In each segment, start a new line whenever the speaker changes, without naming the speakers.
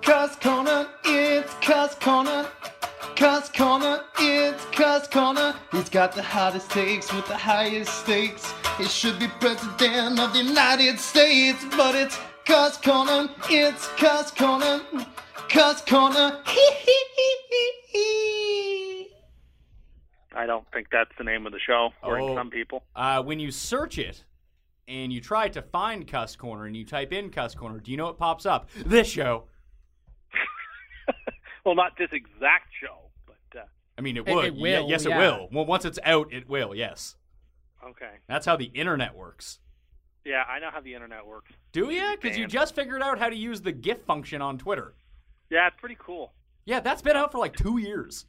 Cuss Corner, it's Cuss Corner. Cuss Corner, it's Cuss Corner. He's got the hottest takes with the highest stakes. He should be president of the United States, but it's Cuss Corner, it's Cuss Corner. Cuss Corner, hee hee hee hee hee.
I don't think that's the name of the show, or
Oh.
some people.
Uh, when you search it and you try to find Cuss Corner and you type in Cuss Corner, do you know what pops up? This show.
Well, not this exact show, but uh,
I mean, it
It-
would.
it
Ye-
will,
yes,
yeah.
it will. Well, once it's out, it will. Yes,
okay.
that's how the internet works.
Yeah, I know how the internet works.
Do you? Because you
Man.
just figured out how to use the GIF function on Twitter.
Yeah, it's pretty cool.
Yeah, that's been out for like two years.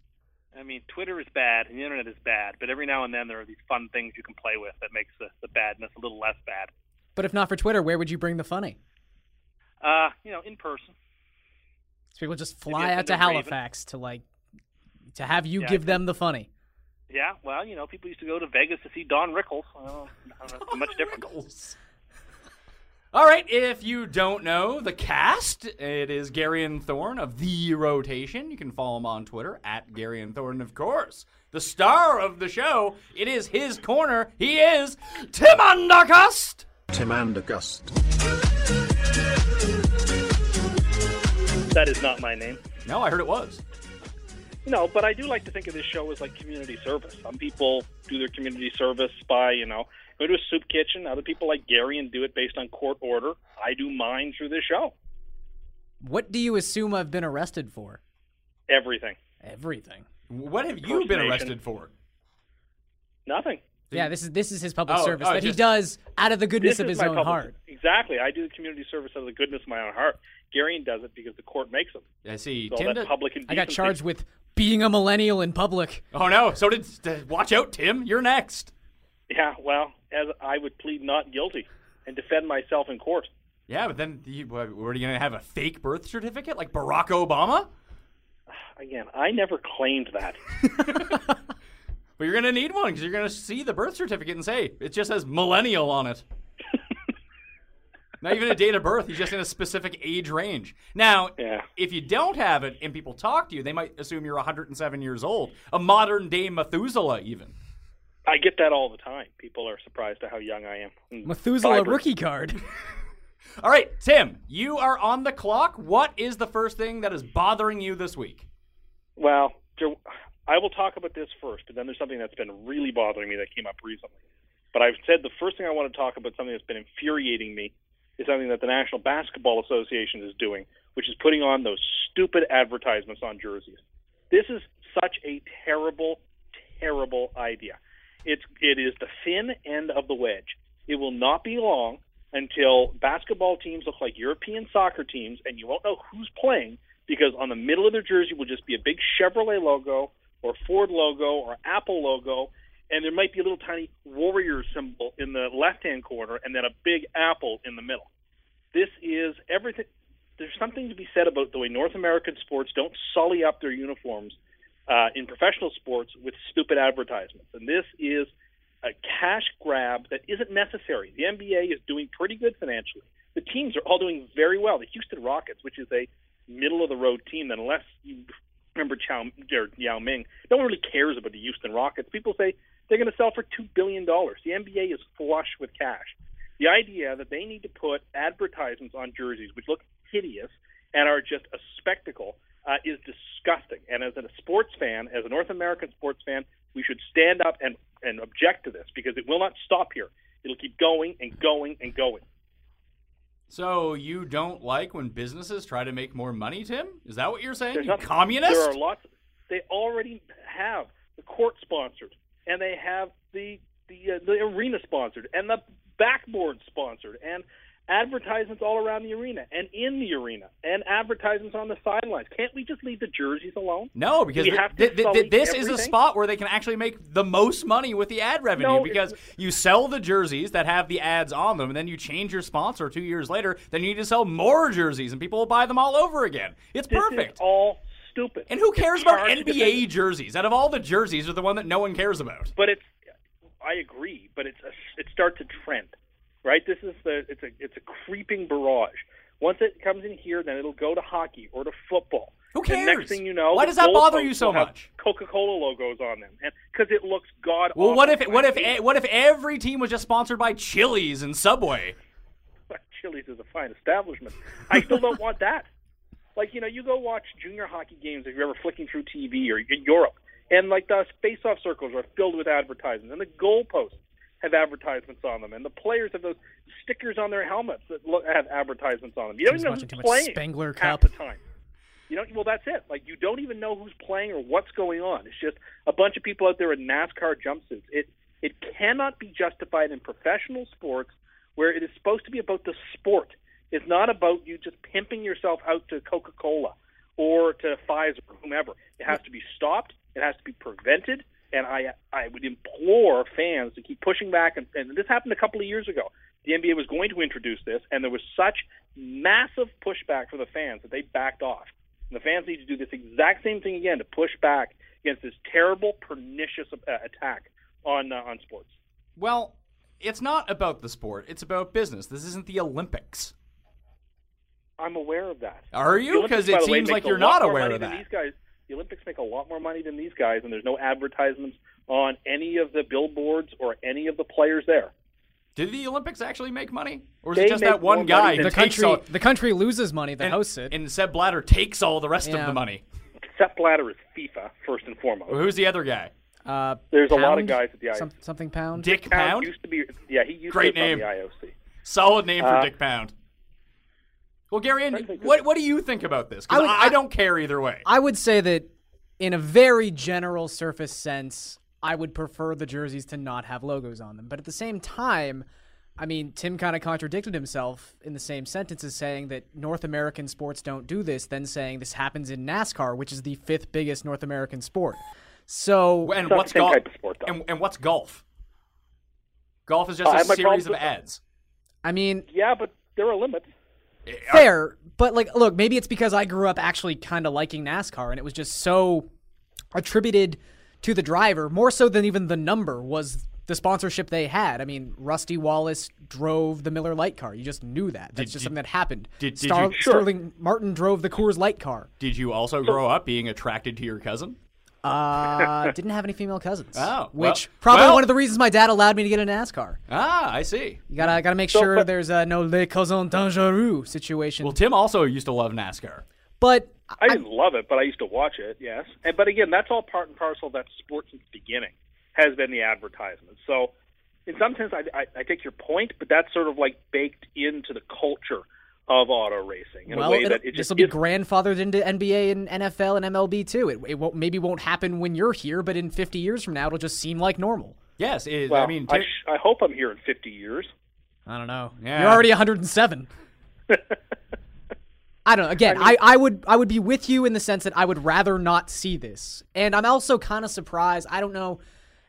I mean, Twitter is bad and the internet is bad, but every now and then there are these fun things you can play with that makes the, the badness a little less bad.
But if not for Twitter, where would you bring the funny?
Uh, you know, in person.
So people just
you
fly
have
out
to
to
know Raven.
Halifax to like to have you
Yeah,
give
I
them the funny.
Yeah, well, you know, people used to go to Vegas to see Don Rickles. Well, I don't know, it's much different.
Pickles. All right, if you don't know the cast, it is Gary and Thorne of The Rotation. You can follow him on Twitter at Gary and Thorne, of course. The star of the show, it is his corner. He is Tim Undergust.
Tim Andergust.
That is not my name.
No, I heard it was.
No, but I do like to think of this show as like community service. Some people do their community service by, you know, go to a soup kitchen. Other people like Gary and do it based on court order. I do mine through this show.
What do you assume I've been arrested for?
Everything.
Everything.
What have you been
Impersonation.
arrested for?
Nothing.
Yeah, this is this is his public
Oh,
service
oh,
that
just-
he does out of the goodness
This
of
is
his
my
own
public-
heart.
Exactly. I do the community service out of the goodness of my own heart. Gary does it because the court makes him.
I see.
So
Tim
that
did-
public
I got
indecency-
charged with being a millennial in public.
Oh no! So did. st- Watch out, Tim. You're next.
Yeah, well, as I would plead not guilty and defend myself in court.
Yeah, but then you, what, were you gonna have a fake birth certificate like Barack Obama?
Again, I never claimed that.
But you're gonna need one because you're gonna see the birth certificate and say it just says millennial on it. Not even a date of birth. He's just in a specific age range. Now,
Yeah.
if you don't have it and people talk to you, they might assume you're 107 years old, a modern day Methuselah, even.
I get that all the time. People are surprised at how young I am. Mm,
Methuselah
vibrant.
rookie card.
All right, Tim, you are on the clock. What is the first thing that is bothering you this week?
Well, there- I will talk about this first, but then there's something that's been really bothering me that came up recently. But I've said the first thing I want to talk about, something that's been infuriating me, is something that the National Basketball Association is doing, which is putting on those stupid advertisements on jerseys. This is such a terrible, terrible idea. It's it is the thin end of the wedge. It will not be long until basketball teams look like European soccer teams, and you won't know who's playing because on the middle of their jersey will just be a big Chevrolet logo or Ford logo or Apple logo, and there might be a little tiny warrior symbol in the left hand corner, and then a big apple in the middle. This is everything. There's something to be said about the way North American sports don't sully up their uniforms uh, in professional sports with stupid advertisements. And this is a cash grab that isn't necessary. The NBA is doing pretty good financially. The teams are all doing very well. The Houston Rockets, which is a middle of the road team, that unless you remember Chow, or Yao Ming, no one really cares about the Houston Rockets. People say they're going to sell for $2 billion. The NBA is flush with cash. The idea that they need to put advertisements on jerseys which look hideous and are just a spectacle uh, is disgusting. And as a sports fan, as a North American sports fan, we should stand up and, and object to this because it will not stop here. It'll keep going and going and going.
So you don't like when businesses try to make more money, Tim? Is that what you're saying?
There's
You
nothing-
communist?
There are lots. They already have the court sponsored, and they have the the uh, the arena sponsored, and the backboard sponsored, and advertisements all around the arena and in the arena and advertisements on the sidelines. Can't we just leave the jerseys alone?
No, because
We
th-
have to
th- th-
sully
this is a
everything?
spot where they can actually make the most money with the ad revenue
No, it-
because you sell the jerseys that have the ads on them, and then you change your sponsor two years later. Then you need to sell more jerseys, and people will buy them all over again. It's
This
perfect.
is all stupid.
and who cares
It's
about
hard to
NBA
defend.
jerseys? Out of all the jerseys, are the one that no one cares about.
But it's, I agree. But it's a, it starts a trend, right? This is the it's a it's a creeping barrage. Once it comes in here, then it'll go to hockey or to football.
Who
And
cares?
next thing you know,
Why
the
does that bother
goalposts
you so
will have
much?
Coca-Cola logos on them, and because it looks god.
Well, what if
awful.
what
I
if
hate
e-
it.
what if every team was just sponsored by Chili's and Subway?
But Chili's is a fine establishment. I still don't want that. Like you know, you go watch junior hockey games if you're ever flicking through TV or in Europe, and like the face-off circles are filled with advertisements, and the goalposts have advertisements on them, and the players have those stickers on their helmets that look, have advertisements on them. You don't
He's
even know
watching
who's
too much
playing
Spengler
half
Cup.
the time. You don't. Well, that's it. Like you don't even know who's playing or what's going on. It's just a bunch of people out there in NASCAR jumpsuits. It it cannot be justified in professional sports where it is supposed to be about the sport. It's not about you just pimping yourself out to Coca Cola or to Pfizer or whomever. It has to be stopped. It has to be prevented. And I I would implore fans to keep pushing back. And, and this happened a couple of years ago. The NBA was going to introduce this, and there was such massive pushback from the fans that they backed off. And the fans need to do this exact same thing again to push back against this terrible, pernicious uh, attack on uh, on sports.
Well, it's not about the sport; it's about business. This isn't the Olympics.
I'm aware of that.
Are
The
you?
Olympics,
Because
by
it
the way,
seems
make
like
a
you're
lot
not
more
aware
money
of
than
that.
These guys, the Olympics make a lot more money than these guys, and there's no advertisements on any of the billboards or any of the players there.
Did the Olympics actually make money, or is
They
it just
make
that one
more
guy?
money
who
than-
The
takes
country,
all,
the country loses money that
and,
hosts it.
and Seb Blatter takes all the rest of
Yeah.
the money.
Sepp Blatter is FIFA first and foremost.
Who's the other guy?
uh,
There's a lot of
Pound?
guys at the IOC.
Some- something pound.
Dick Pound.
used to be, yeah, he used
Great
to be on
name.
the IOC.
Solid name for
Uh,
Dick Pound. Well, Gary,
I think
what what do you think about this?
I
Because
would-
I, I don't care either way.
I would say that in a very general surface sense, I would prefer the jerseys to not have logos on them. But at the same time, I mean, Tim kind of contradicted himself in the same sentence as saying that North American sports don't do this, then saying this happens in NASCAR, which is the fifth biggest North American sport. So
and
not
what's
the same
golf?
type of sport, though.
and, and what's golf? Golf is just
Uh, I
a
have my
series
problems
of
with that.
ads.
I mean,
Yeah, but there are limits.
fair, but like, look, maybe it's because I grew up actually kind of liking NASCAR, and it was just so attributed to the driver more so than even the number was the sponsorship they had. I mean, Rusty Wallace drove the Miller Light car. You just knew that. That's just
did-
something that happened.
did- did you-
Sure.
Sterling Martin drove the Coors Light car.
Did you also grow up being attracted to your cousin?
Uh, didn't have any female cousins.
Oh, well-
which probably
well-
one of the reasons my dad allowed me to get a NASCAR.
Ah, I see.
You gotta gotta make sure there's uh, no les cousins dangereux situation.
Well, Tim also used to love NASCAR.
but
I didn't love it, but I used to watch it. Yes, and but again, that's all part and parcel of that sport since the beginning has been the advertisement. So, in some sense, I, I, I take your point, but that's sort of like baked into the culture of auto racing in
well,
a way
it'll-
that it
this
just
will be
isn't.
grandfathered into NBA and NFL and MLB too. It, it won't, maybe won't happen when you're here, but in 50 years from now, it'll just seem like normal.
Yes, it,
Well,
I mean,
I,
Tim,
sh- I hope I'm here in 50 years.
I don't know.
Yeah.
You're already 107. I don't know. Again, I, I, would I would be with you in the sense that I would rather not see this. And I'm also kind of surprised. I don't know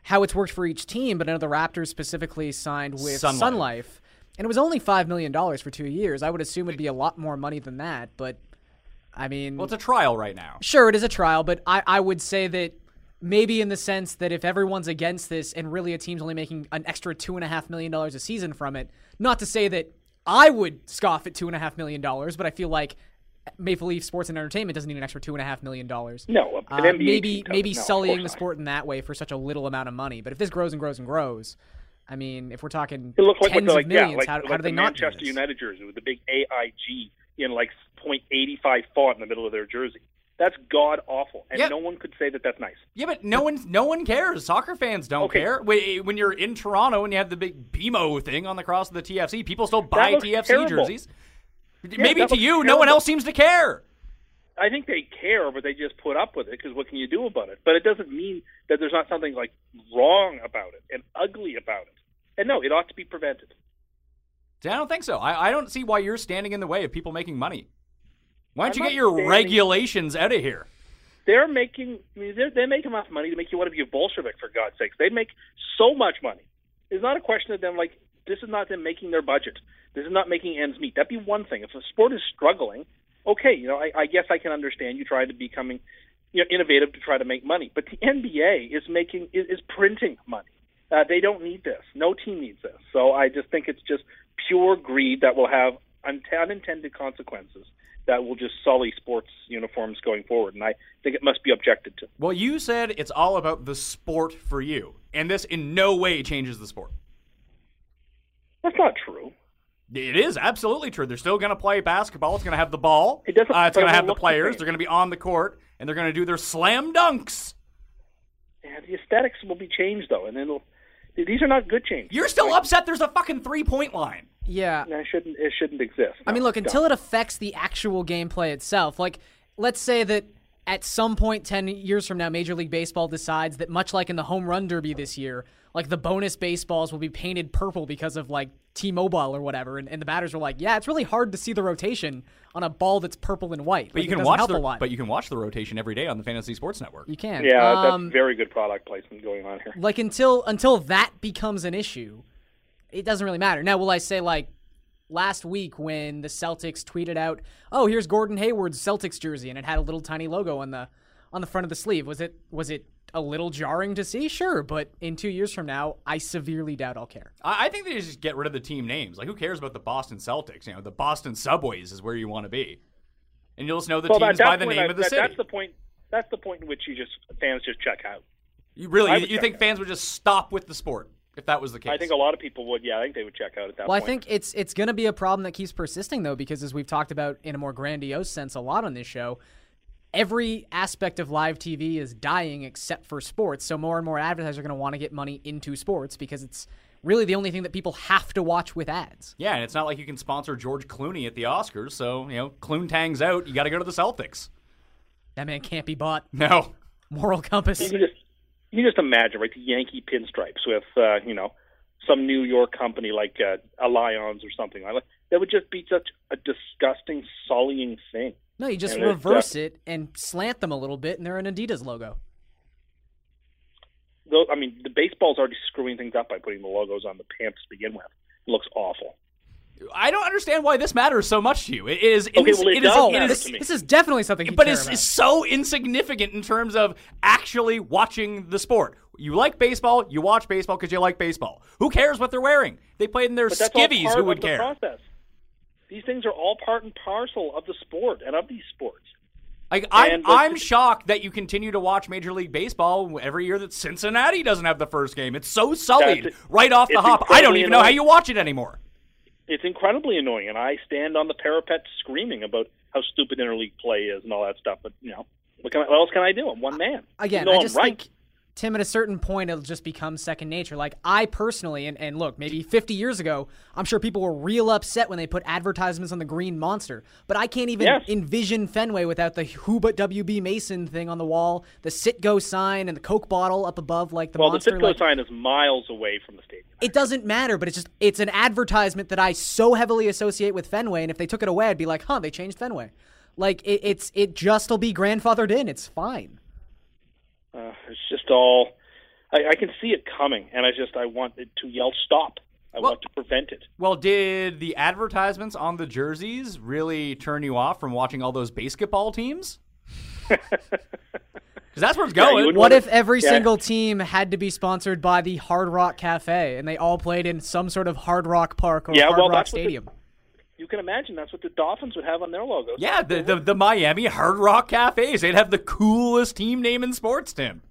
how it's worked for each team, but I know the Raptors specifically signed with
Sun
Sun
Life.
Life. and it was only $5 million for two years. I would assume it'd be a lot more money than that, but I mean.
well, it's a trial right now.
sure it is a trial but I, I would say that maybe in the sense that if everyone's against this and really a team's only making an extra two and a half million dollars a season from it not to say that i would scoff at two and a half million dollars but i feel like maple leaf sports and entertainment doesn't need an extra two and a half million dollars
No, an
Uh,
NBA team
maybe
doesn't.
maybe
No, of course
sullying the
not.
sport in that way for such a little amount of money but if this grows and grows and grows i mean if we're talking
It looked like
tens
what the, like
of millions
yeah, like,
how, how
like
do
the
they not do
Manchester
this?
United jersey with the big AIG in like .85 font in the middle of their jersey. That's god awful, and
Yeah.
no one could say that that's nice.
Yeah, but no one no one cares. Soccer fans don't
Okay.
care. Wh- When you're in Toronto and you have the big BMO thing on the cross of the TFC, people still buy
looks
TFC
terrible.
jerseys. Maybe
that
to
looks
you, no one
terrible.
else seems to care.
I think they care, but they just put up with it because what can you do about it? But it doesn't mean that there's not something like wrong about it and ugly about it. And no, it ought to be prevented.
See, I don't think so. I, I don't see why you're standing in the way of people making money. Why don't
I'm
you
not
get your
standing-
regulations out of here?
They're making, I mean, they're, they make enough money to make you want to be a Bolshevik, for God's sakes. They make so much money. It's not a question of them, like, this is not them making their budget. This is not making ends meet. That'd be one thing. If a sport is struggling, okay, you know, I, I guess I can understand you try to becoming you know, innovative to try to make money. But the NBA is making, is, is printing money. Uh, they don't need this. No team needs this. So I just think it's just pure greed that will have un- unintended consequences that will just sully sports uniforms going forward. And I think it must be objected to.
Well, you said it's all about the sport for you, and this in no way changes the sport.
That's not true.
It is absolutely true. They're still going to play basketball. It's going to have the ball.
It doesn't-
Uh, it's
but it
going to have
won't
the
look the
players.
same.
they're going to be on the court, and they're going to do their slam dunks.
Yeah, the aesthetics will be changed though, and it'll. These are not good changes.
You're still upset. There's a fucking three point line.
Yeah.
And I shouldn't. It shouldn't exist.
I mean, look,
until.
until it affects the actual gameplay itself, like, let's say that at some point 10 years from now, Major League Baseball decides that, much like in the home run derby this year, like the bonus baseballs will be painted purple because of, like, T Mobile or whatever. And, and the batters were like, yeah, it's really hard to see the rotation on a ball that's purple and white.
But
Like,
you
it
can
doesn't
watch
help
the
a lot.
but you can watch the rotation every day on the Fantasy Sports Network.
You can.
Yeah,
Um,
that's very good product placement going on here.
like until until that becomes an issue, it doesn't really matter. Now, will I say like last week when the Celtics tweeted out, "Oh, here's Gordon Hayward's Celtics jersey," and it had a little tiny logo on the on the front of the sleeve? Was it was it a little jarring to see? Sure, but in two years from now, I severely doubt I'll care.
I, I think they just get rid of the team names. Like, who cares about the Boston Celtics? You know, the Boston Subways is where you want to be, and you'll just know the
Well,
teams
that,
by the
that's when
name
I-
of the
that-
city.
That's the point. That's the point in which you just fans just check out.
you
I
really,
would
you, you
check
think
out.
fans would just stop with the sport if that was the case?
I think a lot of people would. Yeah, I think they would check out at that
Well, I
point.
think it's it's going to be a problem that keeps persisting though, because as we've talked about in a more grandiose sense a lot on this show, every aspect of live TV is dying except for sports. So more and more advertisers are going to want to get money into sports because it's really the only thing that people have to watch with ads.
Yeah, and it's not like you can sponsor George Clooney at the Oscars. So you know, Cloontang's out. You got to go to the Celtics.
That man can't be bought.
No,
Moral
you
compass.
can just you can just imagine, right? The Yankee pinstripes with uh, you know some New York company like uh, Allianz or something like that. That would just be such a disgusting, sullying thing.
No, you just
And it's, uh,
reverse it and slant them a little bit, and they're an Adidas logo.
Though, I mean, the baseball's already screwing things up by putting the logos on the pants to begin with. It looks awful.
I don't understand why this matters so much to you. It is,
Okay,
ins-
well, it
is,
does
Oh,
matter
this,
to me.
this is definitely something.
but
you
it's, it's so insignificant in terms of actually watching the sport. You like baseball, you watch baseball because you like baseball. Who cares what they're wearing? They played in their
But that's all
skivvies.
part
Who
of
would
the
care?
process. These things are all part and parcel of the sport and of these sports.
Like, I'm,
And the-
I'm shocked that you continue to watch Major League Baseball every year that Cincinnati doesn't have the first game. It's so sullied
That's-
right off the
it's
hop. I don't
incredibly
even know how
annoying.
you watch it anymore.
It's incredibly annoying, and I stand on the parapet screaming about how stupid interleague play is and all that stuff. But you know, what, can I, what else can I do? I'm one man.
again,
Even though
I just
I'm right.
think Tim at a certain point it'll just become second nature. Like I personally, and, and look, maybe 50 years ago, I'm sure people were real upset when they put advertisements on the Green Monster. But I can't even
Yes.
envision Fenway without the Who But WB Mason thing on the wall, the Sitgo sign, and the Coke bottle up above, like the
well,
monster.
the Citgo
like,
sign is miles away from the stadium.
it doesn't matter, but it's just it's an advertisement that I so heavily associate with Fenway, and if they took it away, I'd be like, huh, they changed Fenway. Like it, it's it just'll be grandfathered in. It's fine.
Uh, it's just all. I, I can see it coming, and I just I want it to yell stop. I
Well-
want to prevent it.
Well, did the advertisements on the jerseys really turn you off from watching all those basketball teams? Because that's where it's
Yeah, you
going.
would- What
What if
if-
every
yeah.
single team had to be sponsored by the Hard Rock Cafe and they all played in some sort of Hard Rock Park or
Yeah,
Hard
well,
Rock
that's what the-
Stadium?
You can imagine that's what the Dolphins would have on their logo.
yeah, the, the the Miami Hard Rock Cafes. They'd have the coolest team name in sports, Tim.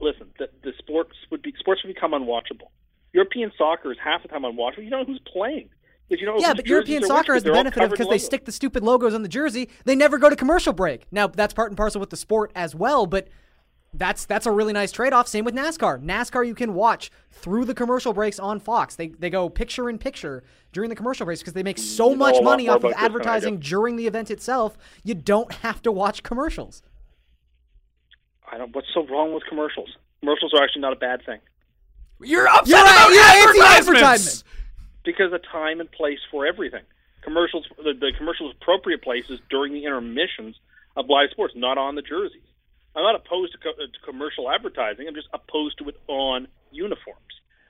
listen, the, the sports would be sports would become unwatchable. European soccer is half the time unwatchable. You don't know who's playing because you don't know.
yeah,
whose
but
Oh, jerseys
European
they're wearing
soccer has the
they're all
benefit of
covered in
because they
logos.
stick the stupid logos on the jersey, they never go to commercial break. Now that's part and parcel with the sport as well, but that's that's a really nice trade-off. Same with NASCAR. NASCAR you can watch through the commercial breaks on Fox. They they go picture in picture during the commercial breaks because they make
You
so
know a
much
lot
money
more
off
about
of
this than I do.
advertising during the event itself. You don't have to watch commercials.
I don't. What's so wrong with commercials? Commercials are actually not a bad thing.
You're upset
You're
about
a- you're anti-advertisement.
advertisements.
because a time and place for everything. Commercials, the, the commercials appropriate places during the intermissions of live sports, not on the jerseys. I'm not opposed to, co- uh, to commercial advertising. I'm just opposed to it on uniforms,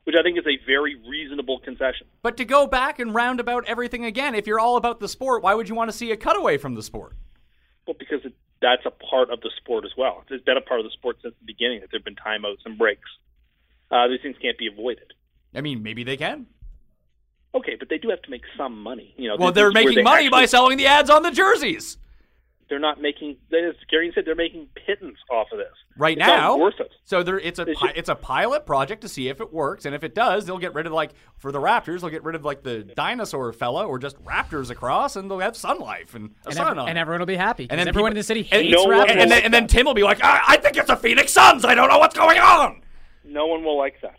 which I think is a very reasonable concession.
But to go back and round about everything again, if you're all about the sport, why would you want to see a cutaway from the sport?
Well, because it, that's a part of the sport as well. It's been a part of the sport since the beginning that there have been timeouts and breaks. Uh, these things can't be avoided.
I mean, maybe they can.
Okay, but they do have to make some money. You know,
Well,
this
they're
is where
making
they
money by
actually-
selling the ads on the jerseys.
They're not making. As Gary said, they're making pittance off of this
Right
It's
now,
Not worth it.
so there, it's a
They
pi-
should-
it's a pilot project to see if it works, and if it does, they'll get rid of like for the Raptors, they'll get rid of like the dinosaur fella or just Raptors across, and they'll have Sun Life and a
And,
sun
ev-
on.
and
it.
everyone will be happy. And
then
everyone
people-
in the city
and-
hates
No one
Raptors.
and, and then, and then Tim will be like, I, I think it's the Phoenix Suns. I don't know what's going on.
No one will like that.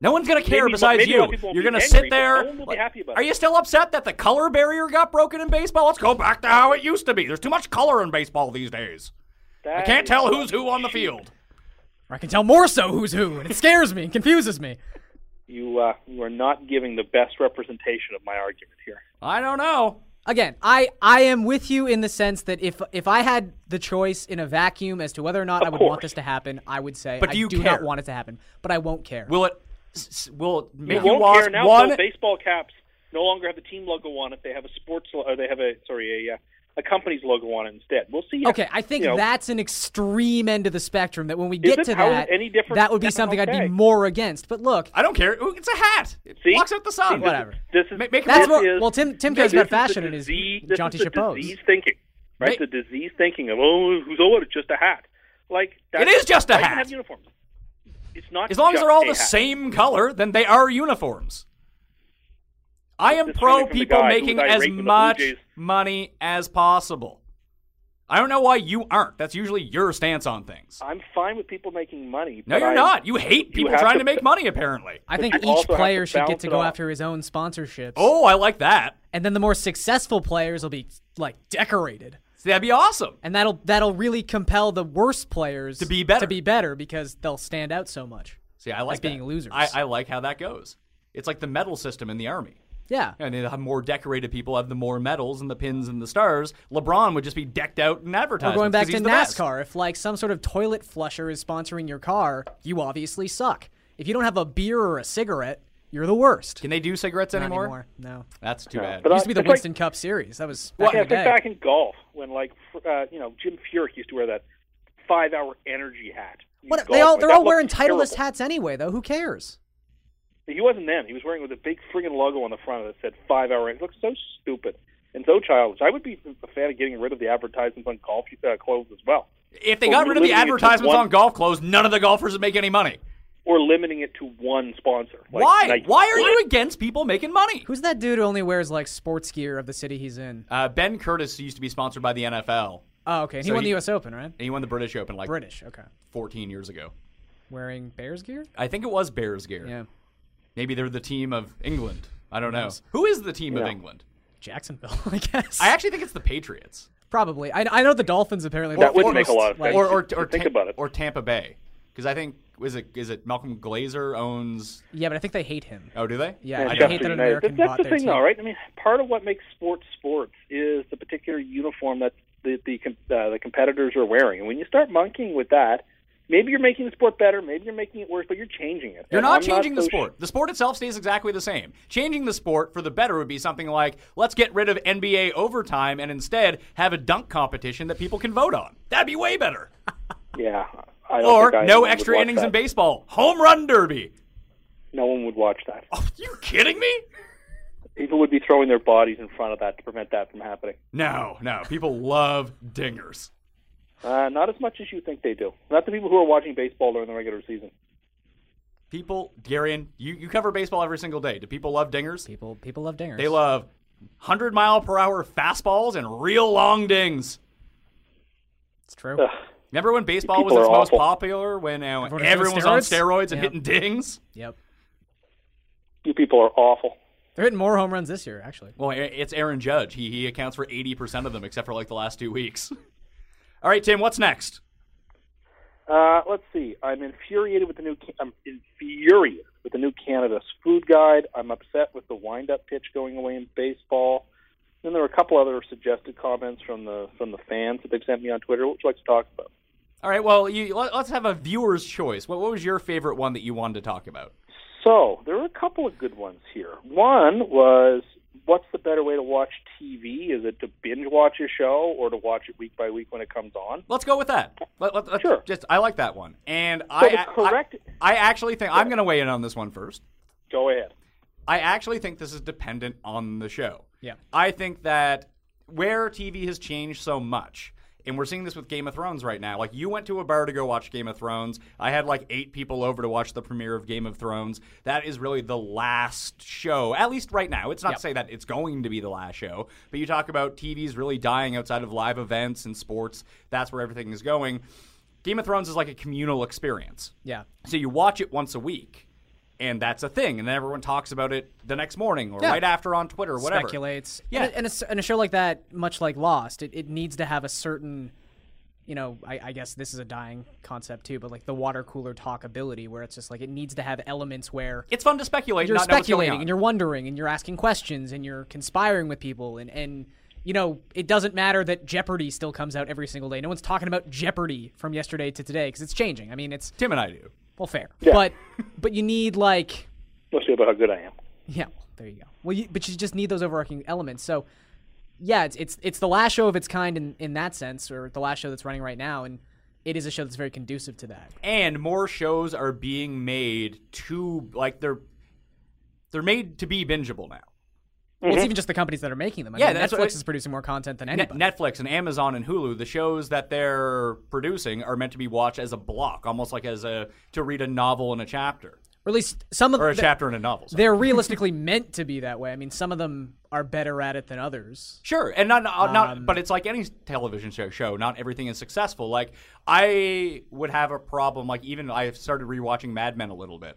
No one's gonna care
Maybe-
besides
maybe a lot
you.
of people will
You're
be
gonna
angry, but
sit there.
no one will be
like,
happy about
are
it."
you still upset that the color barrier got broken in baseball? Let's go back to how it used to be. There's too much color in baseball these days.
That
I can't
is
tell who's who on the field.
I can tell more so who's who, and it scares me and confuses me.
You uh, you are not giving the best representation of my argument here.
I don't know.
Again, I, I am with you in the sense that if if I had the choice in a vacuum as to whether or not
Of
I would want
course.
this to happen, I would say
But
I
do you
not
care?
want it to happen. But I won't care.
Will it? s- s- Will it
You
make you,
won't
lost
care now.
one?
So baseball caps no longer have the team logo on it. They have a sports. Lo- or they have a sorry a uh, a company's logo on it instead. We'll see. how-
Okay, I think
you know,
that's an extreme end of the spectrum. That when we get
it?
to
How is
that,
any different-
that would be
that's
something I'd
okay.
be more against. But look,
I don't care. Ooh, It's a hat. It
See?
blocks out the
See, this
sun.
is-
Whatever.
This is
Ma- make
That's
this
what-
is-
well, Tim- Tim
this
cares about
is
fashion
the
in his-
disease-
in
this
Jaunty
is the
Chapeau's.
Disease thinking, right?
Ma-
The disease thinking of oh, who's oh, it's just a hat. Like that's,
It is just a
why even
hat.
Have uniforms. It's not
As long as
just
they're all
a
the
hat.
same color, then they are uniforms. I am
This is
pro
coming from the
people
guy who
making
was irate
as
when the Blue
much
Jays-
money as possible. I don't know why you aren't. That's usually your stance on things.
I'm fine with people making money.
No,
but
you're
I-
not. You hate people
have
trying to,
to-
make money, apparently.
I
But
think
you
each
also have
player
to
should get
balance
to
it
go
off.
after his own sponsorships.
Oh, I like that.
and then the more successful players will be like decorated,
See, that'd be awesome.
and that'll that'll really compel the worst players
To be better.
to be better because they'll stand out so much.
See, I like
As being
that.
losers.
I, I like how that goes. It's like the medal system in the army.
Yeah,
And the more decorated people have the more medals and the pins and the stars. LeBron would just be decked out in
or
advertisements.
going back
'cause
to
he's the best.
NASCAR, if like some sort of toilet flusher is sponsoring your car, you obviously suck. If you don't have a beer or a cigarette, you're the worst.
Can they do cigarettes
Not
anymore?
anymore? No.
That's too bad.
but
Used to be the
It's like-
Winston Cup Series. That was
Well,
back
Yeah,
in
it's
the
like
day.
back in golf when like fr- uh, you know Jim Furyk used to wear that five-hour energy hat. You
What,
golf
they all
with-
they're
that
all
looks
wearing
terrible.
titleist hats anyway, though. Who cares?
He wasn't them. He was wearing with a big friggin' logo on the front that said five hour. It looked so stupid and so childish. I would be a fan of getting rid of the advertisements on golf uh, clothes as well,
if they
Well,
got rid of the
literally, it's just
advertisements
one-
on golf clothes, none of the golfers would make any money.
or limiting it to one sponsor. Like
Why?
Nike.
Why are you against people making money?
Who's that dude who only wears like sports gear of the city he's in?
Uh, ben Curtis used to be sponsored by the NFL,
Oh, okay. And he
So
won the
he-
U.S. Open, right?
and he won the British Open like
British. Okay.
14 years ago.
Wearing Bears gear?
I think it was Bears gear.
Yeah.
Maybe they're the team of England. I don't know. Who is the team of England?
Jacksonville, I guess.
I actually think it's the Patriots.
Probably. I, I know the Dolphins apparently.
That
were
wouldn't make a lot of
like-
sense.
Or or,
Just
or
think
Ta-
about it.
Or Tampa Bay, because I think is it is it Malcolm Glazer owns?
Yeah, but I think they hate him.
Oh, do they?
Yeah, I
don't-
hate
Manchester
that an
United.
American
That's
bought
the
their
thing,
team.
though, right? I mean, part of what makes sports sports is the particular uniform that the the, com- uh, the competitors are wearing. And when you start monkeying with that, maybe you're making the sport better, maybe you're making it worse, but you're changing it.
You're
And
not
I'm
changing the
so sure-
sport. The sport itself stays exactly the same. Changing the sport for the better would be something like let's get rid of NBA overtime and instead have a dunk competition that people can vote on. That'd be way better.
Yeah. I don't
Or
think I-
no
would
extra
watch
innings
that.
in baseball. Home run derby.
No one would watch that.
Oh, you kidding me?
People would be throwing their bodies in front of that to prevent that from happening.
No, no. People love dingers.
Uh, not as much as you think they do. Not the people who are watching baseball during the regular season.
People, Garion, you, you cover baseball every single day. Do people love dingers?
People people love dingers.
They love 100 mile per hour fastballs and real long dings.
It's true.
Ugh.
Remember when baseball
People
was
are
its most
awful.
popular? When uh,
Everyone
everyone,
was on
was on
steroids?
steroids and
Yeah.
hitting dings?
Yep.
You people are awful.
They're hitting more home runs this year, actually.
Well, i- it's Aaron Judge. He, he accounts for 80% of them, except for like the last two weeks. All right, Tim, what's next?
Uh, let's see. I'm infuriated with the new. Ca- I'm infuriated with the new Canada's food guide. I'm upset with the wind-up pitch going away in baseball. Then there were a couple other suggested comments from the from the fans that they've sent me on Twitter. What would you like to talk about?
All right. Well, you, let, us have a viewer's choice. What, what was your favorite one that you wanted to talk about?
So there were a couple of good ones here. One was, what's the better way to watch TV? Is it to binge watch a show or to watch it week by week when it comes on?
Let's go with that. Let, let, let's
Sure.
Just I like that one, and
So
I,
the
I-
correct.
I actually think I'm going to weigh in on this one first.
go ahead.
I actually think this is dependent on the show.
Yeah.
I think that where TV has changed so much, and we're seeing this with Game of Thrones right now. Like, you went to a bar to go watch Game of Thrones. I had like eight people over to watch the premiere of Game of Thrones. That is really the last show, at least right now. It's not to say that it's going to be the last show, but you talk about TV's really dying outside of live events and sports. That's where everything is going. Game of Thrones is like a communal experience.
Yeah.
So you watch it once a week, and that's a thing, and then everyone talks about it the next morning or
Yeah.
right after on Twitter or whatever.
Speculates.
Yeah.
And a, and, a, s- and a show like that, much like Lost, it, it needs to have a certain, you know, I, I guess this is a dying concept too, but like the water cooler talkability where it's just like it needs to have elements where
It's fun to speculate.
you're
not know what's going
speculating
on.
and you're wondering and you're asking questions and you're conspiring with people and and you know it doesn't matter that Jeopardy still comes out every single day. No one's talking about Jeopardy from yesterday to today because it's changing. I mean, it's
Tim and I do.
well fair, but but you need like
Let's see about how good I am.
yeah, well, there you go. Well, you, but you just need those overarching elements. So yeah, it's it's it's the last show of its kind in in that sense, or the last show that's running right now, and it is a show that's very conducive to that.
And more shows are being made to like they're they're made to be bingeable now.
Well, It's even just the companies that are making them. I
Mm-hmm. Yeah,
mean,
that's what
Netflix
I-
is producing more content than
Net-
anybody.
Netflix and Amazon and Hulu, the shows that they're producing are meant to be watched as a block, almost like as a to read a novel in a chapter
or at least some of
or a
the-
chapter in a novel. sorry.
they're realistically meant to be that way. I mean, some of them are better at it than others.
Sure, and not not,
Um,
not but it's like any television show, show. Not everything is successful. Like I would have a problem. Like even I started rewatching Mad Men a little bit.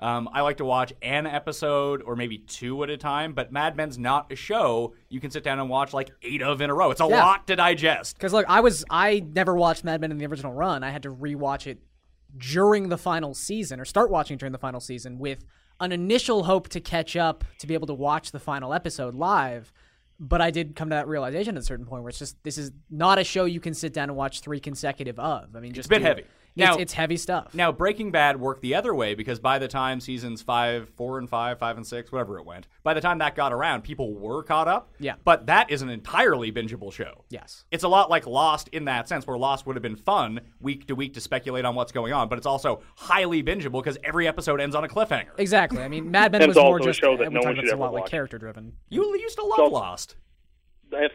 Um, I like to watch an episode or maybe two at a time, but Mad Men's not a show you can sit down and watch like eight of in a row. It's a
Yeah.
lot to digest.
Because look, I was I never watched Mad Men in the original run. I had to rewatch it during the final season, or start watching during the final season, with an initial hope to catch up to be able to watch the final episode live. But I did come to that realization at a certain point where it's just this is not a show you can sit down and watch three consecutive of. I mean, just
bit
do-
heavy.
It's,
Now-
it's heavy stuff.
Now, Breaking Bad worked the other way because by the time seasons five, four and five, five and six, whatever it went, by the time that got around, people were caught up.
Yeah.
But that is an entirely bingeable show.
yes,
It's a lot like Lost in that sense, where Lost would have been fun week to week to speculate on what's going on, but it's also highly bingeable because every episode ends on a cliffhanger.
exactly. I mean, Mad Men
And
was
it's
more
also a
just
show that
we
no
talked
one
about
should
this a
ever
lot like
watch.
character driven.
You used to love
So-
Lost.
If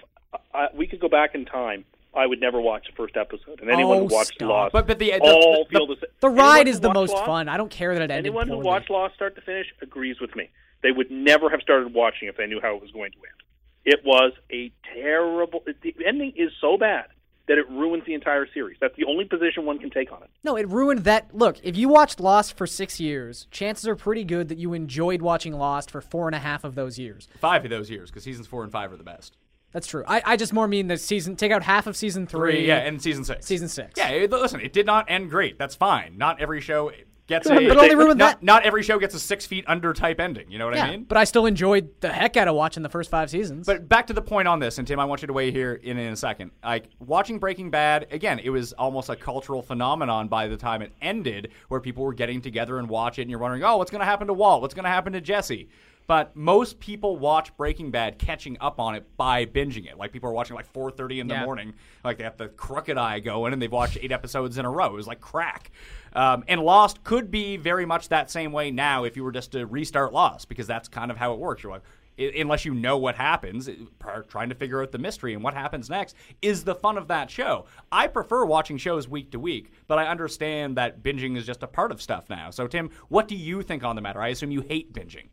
I, we could go back in time, I would never watch the first episode, and anyone
Oh,
who watched
stop.
Lost,
But- but the- the-
all
the-
feel the, same.
The
Anyone
ride
who
is the
watched
most
Lost,
fun. I don't care that it ended
Anyone who
poorly.
watched Lost start to finish agrees with me. They would never have started watching if they knew how it was going to end. It was a terrible. The ending is so bad that it ruins the entire series. That's the only position one can take on it.
No, it ruined that. Look, if you watched Lost for six years, chances are pretty good that you enjoyed watching Lost for four and a half of those years.
Five of those years, because seasons four and five are the best.
That's true. I, I just more mean the season. Take out half of season three.
Three, yeah, and season six.
season six.
Yeah, it- listen, it did not end great. That's fine. Not every show gets a.
But only ruined
not,
that-
Not every show gets a six feet under type ending. You know what
Yeah,
I mean?
but I still enjoyed the heck out of watching the first five seasons.
But back to the point on this, and Tim, I want you to weigh here in, in a second. Like watching Breaking Bad again, it was almost a cultural phenomenon by the time it ended, where people were getting together and watch it, and you're wondering, oh, what's going to happen to Walt? What's going to happen to Jesse? But most people watch Breaking Bad, catching up on it by binging it. Like people are watching like 4:30 in the
Yeah.
morning, like they have the crooked eye going, and they've watched eight episodes in a row. It was like crack. Um, and Lost could be very much that same way now if you were just to restart Lost, because that's kind of how it works. You're like, I- unless you know what happens, it- par- trying to figure out the mystery and what happens next is the fun of that show. I prefer watching shows week to week, but I understand that binging is just a part of stuff now. So, Tim, what do you think on the matter? I assume you hate binging.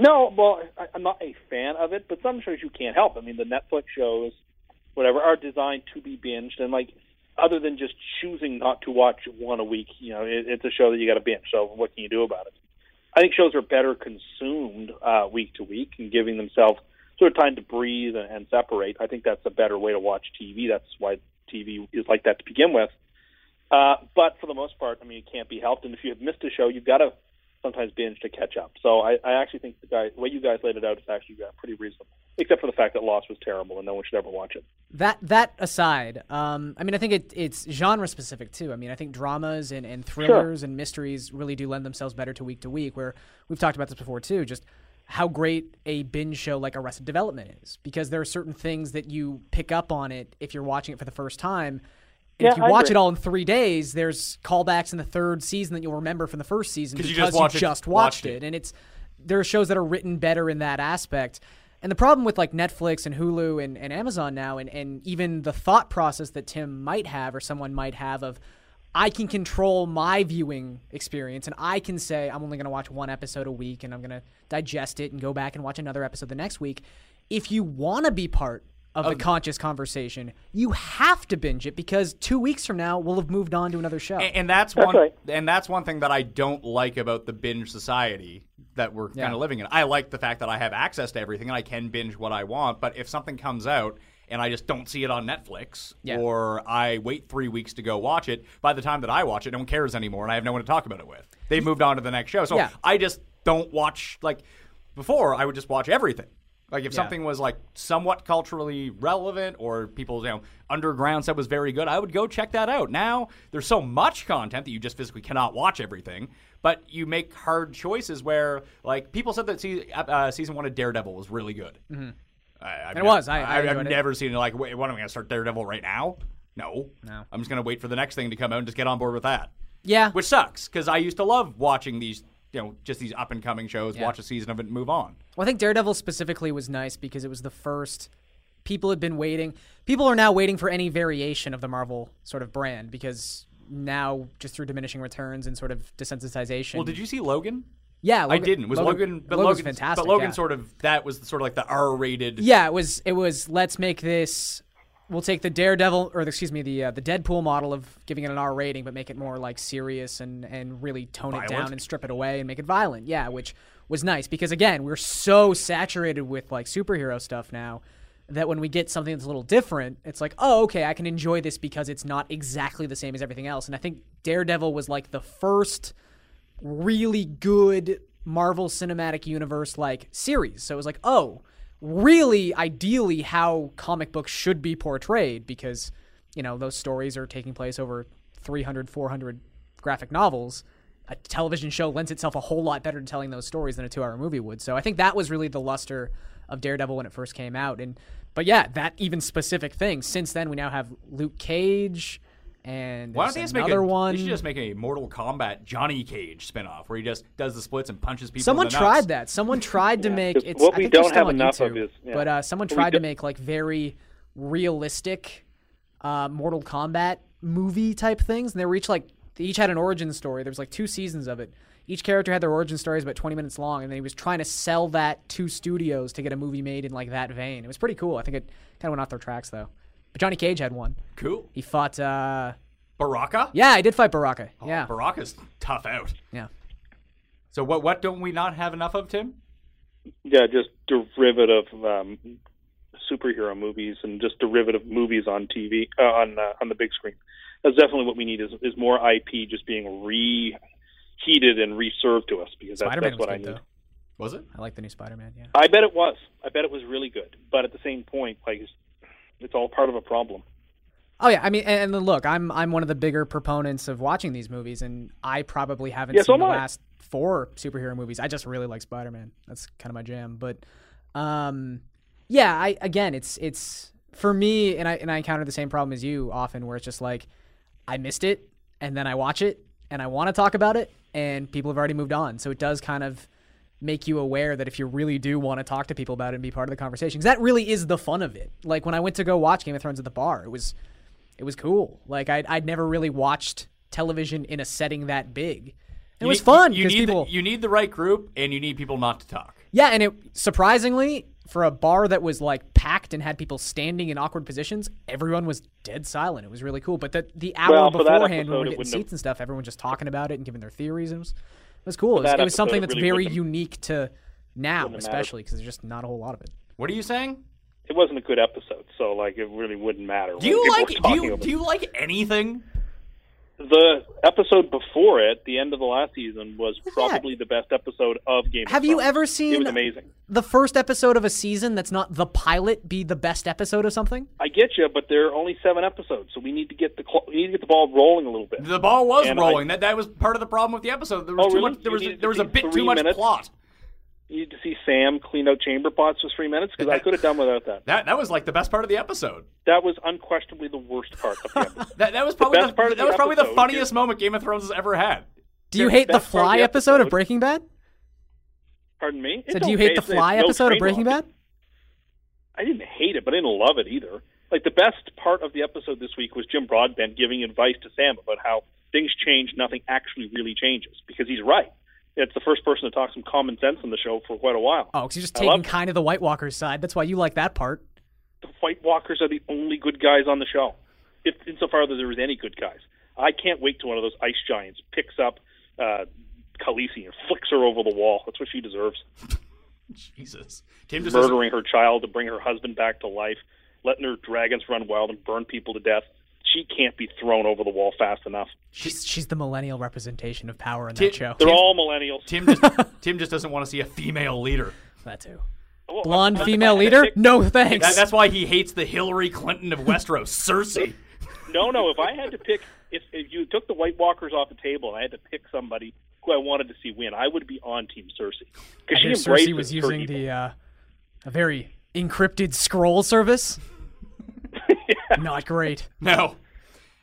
No, well, I, I'm not a fan of it, but some shows you can't help. I mean, the Netflix shows, whatever, are designed to be binged, and like, other than just choosing not to watch one a week, you know, it, it's a show that you got to binge. So, what can you do about it? I think shows are better consumed uh, week to week and giving themselves sort of time to breathe and, and separate. I think that's a better way to watch TV. That's why TV is like that to begin with. Uh, but for the most part, I mean, it can't be helped. And if you have missed a show, you've got to sometimes binge to catch up. So I, I actually think the guy, the way you guys laid it out is actually uh, pretty reasonable, except for the fact that Lost was terrible and no one should ever watch it.
That that aside, um, I mean, I think it, it's genre specific too. I mean, I think dramas and, and thrillers and mysteries really do lend themselves better to week to week. Where we've talked about this before too, just how great a binge show like Arrested Development is, because there are certain things that you pick up on it if you're watching it for the first time. And if
Yeah,
you
I
watch
agree.
it all in three days, there's callbacks in the third season that you'll remember from the first season
'Cause
because
you
you
just
just,
watch it- watched
watched
it.
it. And it's there are shows that are written better in that aspect. And the problem with like Netflix and Hulu and, and Amazon now and, and even the thought process that Tim might have or someone might have of I can control my viewing experience and I can say I'm only gonna watch one episode a week and I'm gonna digest it and go back and watch another episode the next week. If you wanna be part of the conscious conversation, you have to binge it because two weeks from now we'll have moved on to another show.
And, and that's one
right.
and that's one thing that I don't like about the binge society that we're kind
Yeah.
of living in. I like the fact that I have access to everything and I can binge what I want, but if something comes out and I just don't see it on Netflix
Yeah.
or I wait 3 weeks to go watch it, by the time that I watch it no one cares anymore and I have no one to talk about it with. They've moved on to the next show. So
Yeah.
I just don't watch like before I would just watch everything. Like if something was like somewhat culturally relevant or people's you know underground stuff was very good, I would go check that out. Now there's so much content that you just physically cannot watch everything, but you make hard choices where like people said that se- uh, season one of Daredevil was really good. Mm-hmm. I, I've
It was. I- I
have
enjoyed it.
never seen it. Like, wait, what am I going to start Daredevil right now? No, no. I'm just going to wait for the next thing to come out and just get on board with that
yeah.
which sucks because I used to love watching these, you know, just these up and coming shows. Watch a season of it and move on.
Well, I think Daredevil specifically was nice because it was the first. People had been waiting. People are now waiting for any variation of the Marvel sort of brand because now, just through diminishing returns and sort of desensitization.
Well, did you see Logan?
Yeah,
I didn't. Was Logan? but
Logan's
Logan,
fantastic.
But Logan
yeah.
sort of that was sort of like the R-rated.
Yeah, it was. It was. Let's make this. We'll take the Daredevil, or the- excuse me, the uh, the Deadpool model of giving it an R rating, but make it more like serious and and really tone
Violent?
it down and strip it away and make it violent. Yeah, which was nice because again, we're so saturated with like superhero stuff now that when we get something that's a little different, it's like, oh, okay, I can enjoy this because it's not exactly the same as everything else. And I think Daredevil was like the first really good Marvel Cinematic Universe like series. So it was like, oh, really ideally how comic books should be portrayed because, you know, those stories are taking place over 300, 400 graphic novels. A television show lends itself a whole lot better to telling those stories than a two hour movie would. So I think that was really the luster of Daredevil when it first came out. And, but yeah, that even specific thing. Since then, we now have Luke Cage and
Why don't they
there's
just make
another
a,
one.
They should just make a Mortal Kombat Johnny Cage spinoff where he just does the splits and punches people.
Someone
in the
tried
nuts.
that. Someone tried to make it's.
What
I
we
think they're
don't
still
have
on
enough of
YouTube,
is- yeah.
But uh, someone
What we
tried to
don't-
make like very realistic, uh, Mortal Kombat movie type things, and they were each like they each had an origin story. There was like two seasons of it. Each character had their origin stories about 20 minutes long, and then he was trying to sell that to studios to get a movie made in like that vein. It was pretty cool. I think it kind of went off their tracks though. But Johnny Cage had one.
Cool.
He fought. Uh,
Baraka.
yeah, I did fight Baraka.
Oh,
yeah,
Baraka's tough out.
yeah.
So what? What don't we not have enough of, Tim?
Yeah, just derivative um, superhero movies and just derivative movies on TV uh, on uh, on the big screen. That's definitely what we need is is more IP just being reheated and reserved to us because that's,
Spider-Man
that's
was
what I
good
need.
though.
Was it?
I like the new Spider-Man. Yeah.
I bet it was. I bet it was really good. But at the same point, like it's, it's all part of a problem.
Oh yeah, I mean, and, and look, I'm I'm one of the bigger proponents of watching these movies, and I probably haven't
Yeah, so
seen the
am I.
last four superhero movies. I just really like Spider Man. That's kind of my jam. But, um, yeah, I again, it's it's for me, and I and I encounter the same problem as you often, where it's just like I missed it, and then I watch it, and I want to talk about it, and people have already moved on, so it does kind of make you aware that if you really do want to talk to people about it and be part of the conversation, because that really is the fun of it. Like when I went to go watch Game of Thrones at the bar, it was it was cool. Like I'd, I'd never really watched television in a setting that big. And it was
need-
fun
You,
because
need
people.
the, you need the right group and you need people not to talk.
yeah, and it surprisingly for a bar that was like packed and had people standing in awkward positions, everyone was dead silent. It was really cool. But the the hour
Well, for that
beforehand
episode, it
when we were getting
wouldn't
seats
have-
and stuff, everyone just talking about it and giving their theories. And it was it was cool. It was,
that
it was something
episode, it
that's
really
very
wouldn't have-
unique to now,
wouldn't have mattered.
especially because there's just not a whole lot of it.
What are you saying?
It wasn't a good episode, so like it really wouldn't matter.
Do you
what
like
people were
do
talking
you
about.
do you like anything?
the episode before it, the end of the last season, was probably the best episode of Game. of
Have you
Thrones.
ever
It
seen
was amazing.
the first episode of a season that's not the pilot be the best episode of something?
I get you, but there are only seven episodes, so we need to get the cl- we need to get the ball rolling a little bit.
The ball was
And I-
rolling. that that was part of the problem with the episode. There was
Oh,
too
really?
much. There
You
was
needed
there was
to
a
see
bit
three
too much
minutes?
plot.
you need to see Sam clean out chamber pots for three minutes because I could have done without that.
That that was like the best part of the episode.
That was unquestionably the worst part of the episode.
That that was probably the,
best part of
that
the
was probably the
episode
funniest
is-
moment Game of Thrones has ever had.
Do you hate the
best part of
Fly
the
episode of
episode-
Breaking Bad?
Pardon me.
So
It's
do you
okay.
hate the
It's- it's
Fly
no
episode of
train
Breaking
wreck.
Bad?
I didn't hate it, but I didn't love it either. Like the best part of the episode this week was Jim Broadbent giving advice to Sam about how things change, nothing actually really changes, because he's right. It's the first person to talk some common sense on the show for quite a while.
Oh, because you're just
I
taking
loved it.
kind of the White Walker's side. That's why you like that part.
The White Walkers are the only good guys on the show, if insofar as there was any good guys. I can't wait till one of those ice giants picks up uh, Khaleesi and flicks her over the wall. That's what she deserves.
Jesus, Tim just has-
murdering her child to bring her husband back to life, letting her dragons run wild and burn people to death. She can't be thrown over the wall fast enough.
She's, she's the millennial representation of power in
Ti-
that show.
They're all millennials.
Tim just Tim just doesn't want to see a female leader.
That too.
Oh,
Blonde
I'm-
female
I'm-
leader? No thanks.
That, that's why he hates the Hillary Clinton of Westeros, Cersei.
No, no. If I had to pick, if, if you took the White Walkers off the table and I had to pick somebody who I wanted to see win, I would be on Team Cersei
I
because she
hear
embraces
Cersei was
her
using
evil.
the uh, a very encrypted scroll service. Not great.
No.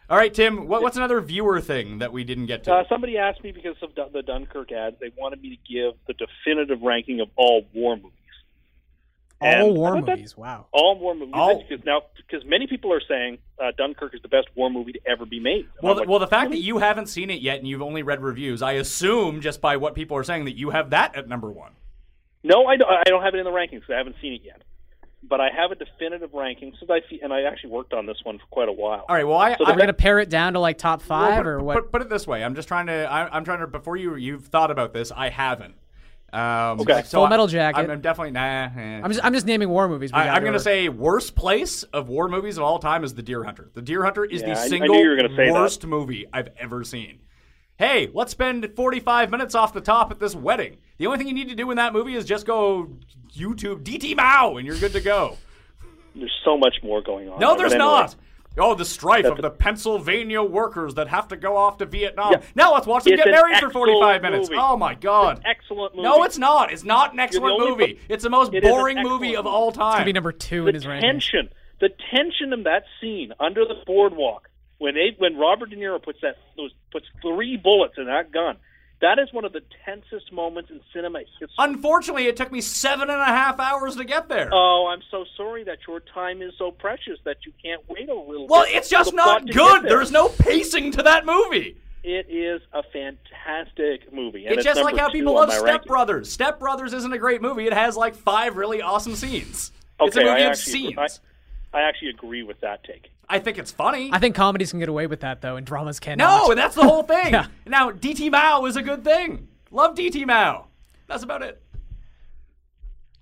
All right, Tim. What, what's another viewer thing that we didn't get to?
Uh, somebody asked me because of Dun- the Dunkirk ads, they wanted me to give the definitive ranking of all war movies. And
All
I
war
thought that-
movies. Wow.
All war movies.
All-
Because now, because many people are saying uh, Dunkirk is the best war movie to ever be made. And
well,
I'm
the,
like,
well, the fact that
really?
you haven't seen it yet and you've only read reviews, I assume just by what people are saying that you have that at number one.
no, I don't, I don't have it in the rankings. 'cause I haven't seen it yet, but I have a definitive ranking since I fe- and I actually worked on this one for quite a while.
All right. Well, I,
So
I-
Are we gonna pare it down to like top
well,
five
put,
or
put-
what?
Put, it this way. I'm just trying to. I, I'm trying to. Before you, you've thought about this. I haven't. Um,
Okay.
So
Full
I-
Metal Jacket.
I'm, I'm definitely nah. eh.
I'm just I'm just naming war movies. We
I,
gotta
I'm going
go-
to say worst place of war movies of all time is The Deer Hunter. The Deer Hunter is
Yeah, I- I
the
knew
single
you were gonna say that.
worst movie I've ever seen. Hey, let's spend 45 minutes off the top at this wedding. The only thing you need to do in that movie is just go YouTube DT Mao and you're good to go.
There's so much more going on.
No,
But
there's
anyway,
not. Oh, the strife of
That's-
the Pennsylvania workers that have to go off to Vietnam.
Yeah.
Now let's watch them
It's
get
an
married for 45
excellent
minutes.
movie.
Oh my god.
Excellent movie.
No, it's not. It's not an
the
excellent
only
movie.
per-
it's the most
It is an
boring movie
excellent
of
movie.
all time.
Be number two
the
in his ranking.
tension. The tension in that scene under the boardwalk when they when Robert De Niro puts that those puts three bullets in that gun. That is one of the tensest moments in cinema history.
Unfortunately, it took me seven and a half hours to get there.
Oh, I'm so sorry that your time is so precious that you can't wait a little.
well,
bit
it's
for
just
the
not
plot to get
good.
there.
There's no pacing to that movie.
It is a fantastic movie. And
It's just like
number
how
two
people
on
love
my
Step
ranking.
Brothers. Step Brothers isn't a great movie. It has like five really awesome scenes. it's
Okay,
a movie
I
of
actually,
scenes.
I, I actually agree with that take.
I, think it's funny.
I think comedies can get away with that though, and dramas cannot.
no, and that's the whole thing.
Yeah.
Now, DT Mao is a good thing. Love DT Mao. That's about it.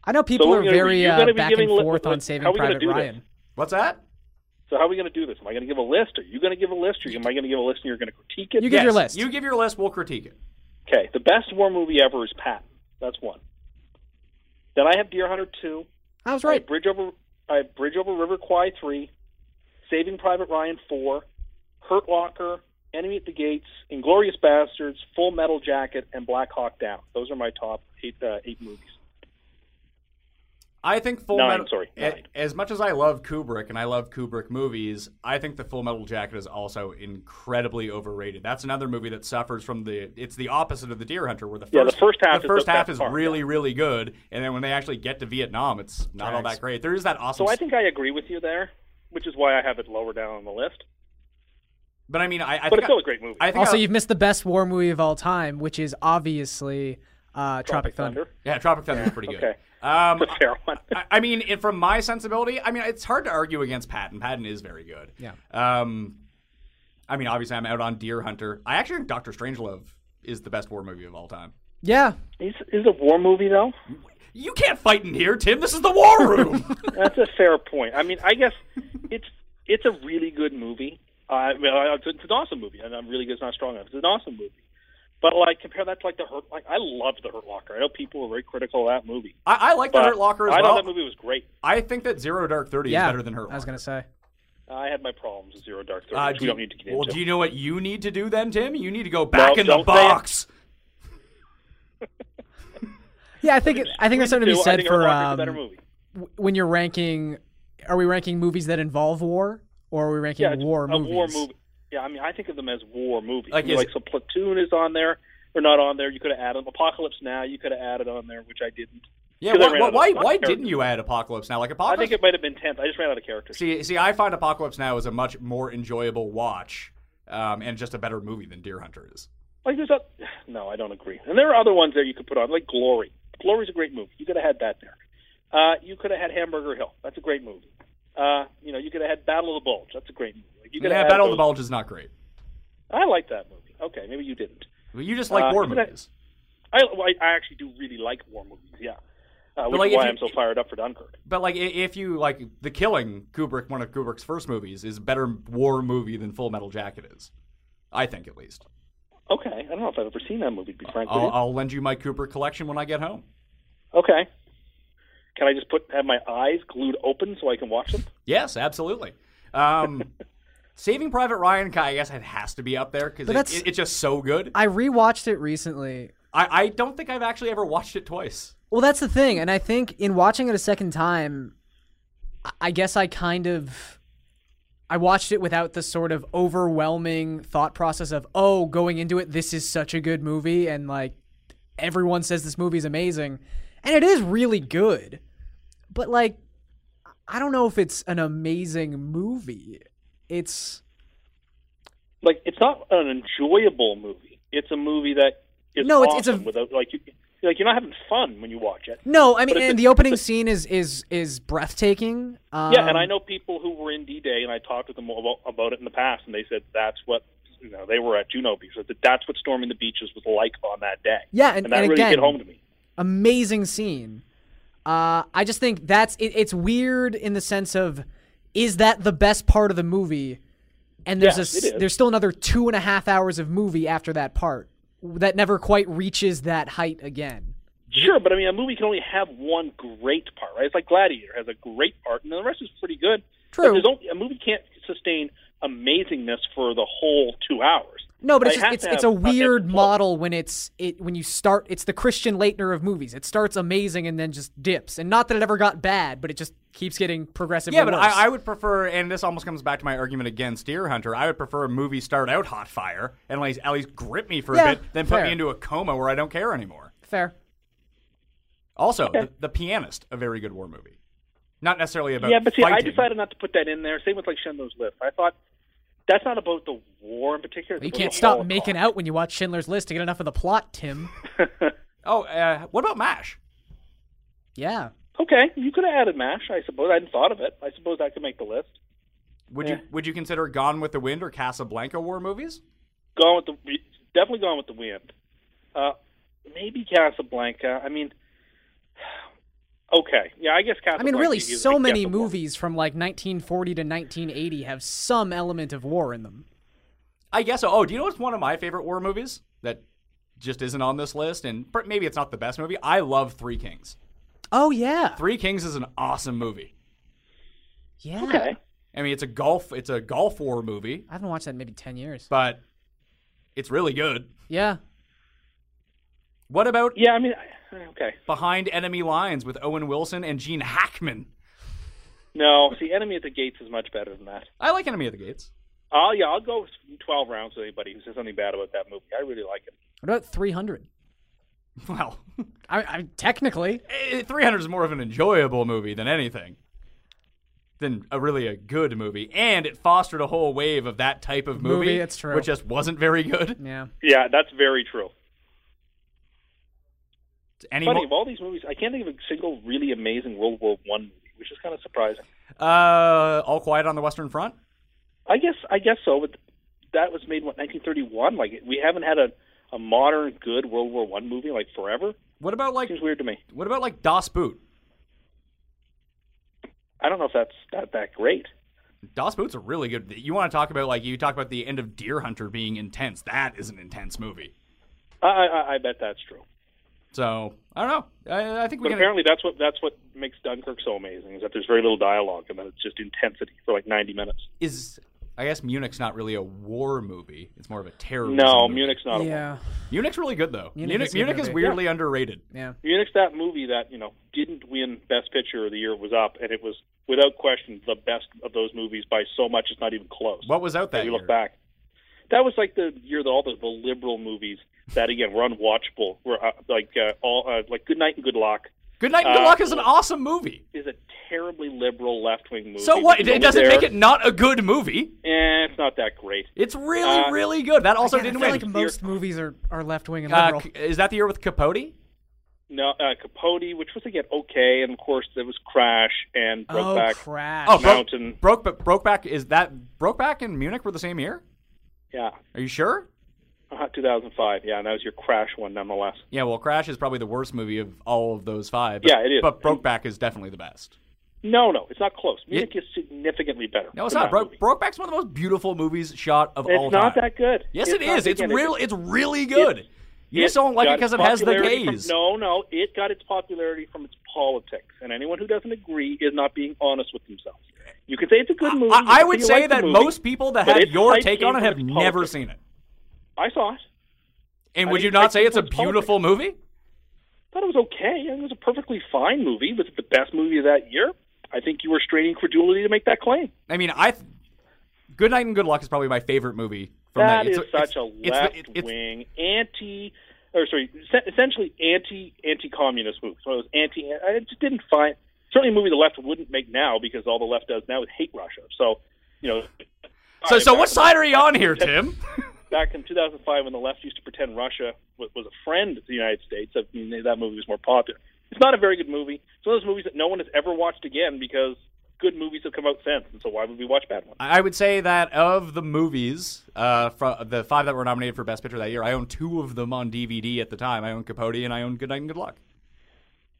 I know people
we're
are
gonna be-
very
you're
uh,
gonna be
back
giving
and
li-
forth on
like,
Saving
how we gonna
Private
do this?
Ryan.
What's that?
So how are we going to do this? Am I going to give a list? Are you going to give a list? Or am I going to give a list and you're going to critique it?
You give
Yes,
your list.
You give your list. We'll critique it.
Okay, the best war movie ever is Pat. That's one. Then I have Deer Hunter two.
I was
I
right.
have Bridge over I have Bridge over River Kwai three, Saving Private Ryan four, Hurt Locker, Enemy at the Gates, Inglorious Bastards, Full Metal Jacket, and Black Hawk Down. Those are my top eight uh, eight movies.
I think Full
Nine,
Metal.
sorry,
a-
nine.
As much as I love Kubrick and I love Kubrick movies, I think the Full Metal Jacket is also incredibly overrated. That's another movie that suffers from the. It's the opposite of the Deer Hunter, where the first
Yeah, the first half
the
is
first
the
half
best
is
part,
really really good, and then when they actually get to Vietnam, it's not all
Drags.
that great. There is that awesome.
So I think I agree with you there, which is why I have it lower down on the list.
but I mean, I, I
But
think
it's still
I-
a great movie.
I think
Also,
I-
you've missed the best war movie of all time, which is obviously uh, Tropic Thunder.
yeah, Tropic Thunder is pretty good.
okay.
Um,
That's a fair one.
I, I mean, it, from my sensibility, I mean, it's hard to argue against Patton. Patton is very good.
Yeah.
Um, I mean, obviously, I'm out on Deer Hunter. I actually think Doctor Strangelove is the best war movie of all time.
Yeah,
Is is a war movie though?
You can't fight in here, Tim. This is the war room.
That's a fair point. I mean, I guess it's it's a really good movie, Uh, well, I- it's, it's an awesome movie, and I'm really it's not strong enough. It's an awesome movie, but like compare that to like the Hurt. Like I loved the Hurt Locker. I know people were very critical of that movie.
I, I like the
but
Hurt Locker as
I
well.
thought that movie was great.
I think that Zero Dark Thirty
yeah,
is better than Hurt
I was
Locker.
gonna say.
I had my problems with Zero Dark Thirty,
Uh,
which we
do you-
don't need to get
well,
into.
do you know what you need to do then, Tim? You need to go back in the
don't say it.
box.
Yeah, I think it, I think there's something to
Two,
be
I
said
think Hurt
for
Locker's a
um,
better movie.
w- when you're ranking. Are we ranking movies that involve war, or are we ranking
it's
war
a
movies?
war movie. Yeah, I mean, I think of them as war movies.
Like,
I mean,
is-
like so Platoon is on there. Or not on there. You could have added Apocalypse Now. You could have added on there, which I didn't.
Yeah,
Because I
why,
ran
why,
out of
why,
stock
why
characters.
didn't you add Apocalypse Now? Like
I
Apocalypse.
think it might have been tenth. I just ran out of characters.
see, see, I find Apocalypse Now is a much more enjoyable watch, um, and just a better movie than Deer Hunter is.
Like there's a no, I don't agree. And there are other ones there you could put on, like Glory. Glory's a great movie. You could have had that there. Uh, you could have had Hamburger Hill. That's a great movie. Uh, you know, you could have had Battle of the Bulge. That's a great movie. Like, you could
Yeah,
have had
Battle of the
those-
Bulge is not great.
I like that movie. Okay, maybe you didn't.
Well, You just like
Uh,
war
you could have-
movies.
I well, I, I actually do really like war movies. Yeah, uh, which
like,
is
if
why
you-
I'm so fired up for Dunkirk.
But like, i- if you like The Killing, Kubrick, one of Kubrick's first movies, is a better war movie than Full Metal Jacket is. I think, at least.
Okay, I don't know if I've ever seen that movie. To be frank with
I'll,
you.
I'll lend you my Kubrick collection when I get home.
Okay. Can I just put have my eyes glued open so I can watch them?
Yes, absolutely. Um, Saving Private Ryan, I guess it has to be up there because
But
it,
that's-
it, it's just so good. I,
I rewatched it recently.
I, don't think I've actually ever watched it twice.
Well, that's the thing, and I think in watching it a second time, I- I guess I kind of I watched it without the sort of overwhelming thought process of oh, going into it, this is such a good movie, and like everyone says this movie is amazing, and it is really good, but like I don't know if it's an amazing movie. It's
like it's not an enjoyable movie. It's a movie that is
No, it's-
awesome
it's a-
without like you like you're not having fun when you watch it.
no, I mean,
But it's
and
a-
the opening
it's a-
scene is is is breathtaking. Um,
Yeah, and I know people who were in D Day, and I talked with them about, about it in the past, and they said that's what you know they were at Juno Beach. That that's what storming the beaches was like on that day.
Yeah, and-
that
and
really
again-
hit home to me.
amazing scene. Uh, I just think that's it, it's weird in the sense of is that the best part of the movie? And there's
Yes,
a s-
it is.
there's still another two and a half hours of movie after that part that never quite reaches that height again.
Sure, but I mean, a movie can only have one great part, right? It's like Gladiator has a great part, and the rest is pretty good.
True.
But there's only, a movie can't sustain amazingness for the whole two hours.
No, but
They
it's just,
have
it's
to
it's a
have ebb and
weird
flow.
model when it's it when you start it's the Christian Leitner of movies. It starts amazing and then just dips. And not that it ever got bad, but it just keeps getting progressively
Yeah, but
worse.
I, I would prefer, and this almost comes back to my argument against Deer Hunter. I would prefer a movie start out hot fire and at least, at least grip me for
Yeah,
a bit, then put
fair.
me into a coma where I don't care anymore.
fair.
Also, the, the Pianist, a very good war movie. Not necessarily about
yeah, but see, I
fighting.
decided not to put that in there. Same with like Schindler's List. I thought that's not about the war in particular.
You can't stop making out when you watch Schindler's List to get enough of the plot, Tim.
Oh, uh, what about MASH?
Yeah.
Okay, you could have added Mash. I suppose I hadn't thought of it. I suppose that could make the list.
Would you
Yeah.
would you consider Gone with the Wind or Casablanca war movies?
Gone with the definitely Gone with the Wind. Uh, maybe Casablanca. I mean, okay, yeah, I guess
I
Casablanca.
mean, really,
is-
so
I
many
guess, a war.
movies from like 1940 to 1980 have some element of war in them.
I guess so. Oh, do you know what's one of my favorite war movies that just isn't on this list? And per- maybe it's not the best movie. I love Three Kings.
Oh yeah,
Three Kings is an awesome movie.
yeah.
Okay,
I mean, it's a golf it's a golf war movie,
I haven't watched that in maybe 10 years.
but it's really good.
Yeah,
What about
yeah, I mean, I- okay.
Behind Enemy Lines with Owen Wilson and Gene Hackman?
No, see, Enemy at the Gates is much better than that.
I like Enemy of the Gates.
Oh yeah, I'll go with twelve rounds with anybody who says something bad about that movie. I really like it.
what about 300?
Well, eh,
I, I technically,
Three Hundred is more of an enjoyable movie than anything, than a really a good movie, and it fostered a whole wave of that type of movie.
Movie, it's true.
which just wasn't very good.
yeah.
Yeah, that's very true.
Any
Funny
mo-
of all these movies, I can't think of a single really amazing World War One movie, which is kind of surprising.
uh, All Quiet on the Western Front.
I guess I guess so, but that was made what 1931. Like we haven't had a a modern good World War One movie like forever.
What about like
Seems weird to me.
what about like Das Boot?
I don't know if that's that that great.
DOS Boots are really good. You want to talk about like you talk about the end of Deer Hunter being intense. That is an intense movie.
I, I, I bet that's true.
So I don't know. I, I think we
But
can.
apparently, that's what that's what makes Dunkirk so amazing is that there's very little dialogue and that it's just intensity for like 90 minutes.
is I guess Munich's not really a war movie. It's more of a terror.
No, Munich's not. A,
Yeah.
Munich's really good though.
Munich
Munich,
is
Munich,
a good
is
movie.
weirdly underrated.
Yeah.
Munich's that movie that you know didn't win Best Picture of the year it was up, and it was without question the best of those movies by so much it's not even close.
What was out that
you
year?
look back. That was like the year that all the, the liberal movies that again were unwatchable were uh, like uh, all uh, like Good Night and Good Luck
Good Night and Good
Uh,
Luck is an awesome movie.
is a terribly liberal left wing movie.
So what?
It's
It,
over
it doesn't
there.
make it not a good movie.
Eh, it's not that great.
It's really,
Uh,
really good. That also
Again,
didn't
I feel
win.
like most movies are, are left wing and
uh,
liberal.
c- is that the year with Capote?
No, uh, Capote, which was again okay, and of course there was Crash and
oh,
Brokeback.
crash.
Oh, Bro-
Mountain.
Broke, but Brokeback is that Brokeback and Munich were the same year?
yeah,
Are you sure?
uh, 2005. Yeah, and that was your Crash one, nonetheless.
Yeah. Well, Crash is probably the worst movie of all of those five.
Yeah, it is.
But Brokeback is definitely the best.
No, no, it's not close. Munich is significantly better.
No, it's
than
not.
that
Bro-
movie.
Brokeback's one of the most beautiful movies shot of all
It's
time.
not that good.
Yes, it's
not-
It's
again, it-
real. It's really good. you just
It
don't like it
got
because it
its
has the
popularity from-
gays.
no, no, it got its popularity from its politics, and anyone who doesn't agree is not being honest with themselves. You can say it's a good movie. you
I, I
can
would
you
say
like the
that
movie.
most people that
but
have
its
your
hype
take
came
on it
from
have
its
never
politics.
seen it.
I saw it.
And
I
would
think
you
its hype
not say
came
it's a
from its
beautiful movie?
Thought it was okay. It was a perfectly fine movie. Was it the best movie of that year? I think you were straining credulity to make that claim.
I mean, I. Th- good Night and Good Luck is probably my favorite movie from that.
that is
It's-
such a
it's- it's the-
left
it- it's-
wing anti or sorry se- essentially anti anti communist movie so it was anti i just didn't find certainly a movie the left wouldn't make now because all the left does now is hate russia so you know
So, so
back
what
in-
side are you on here, Tim?
back in 2005 when the left used to pretend russia was, was a friend of the united states I mean, that movie was more popular it's not a very good movie it's one of those movies that no one has ever watched again because good movies have come out since and so why would we watch bad ones
I would say that of the movies, uh, from the five that were nominated for Best Picture that year, I own two of them on DVD at the time. I own Capote and I own Good Night and Good Luck.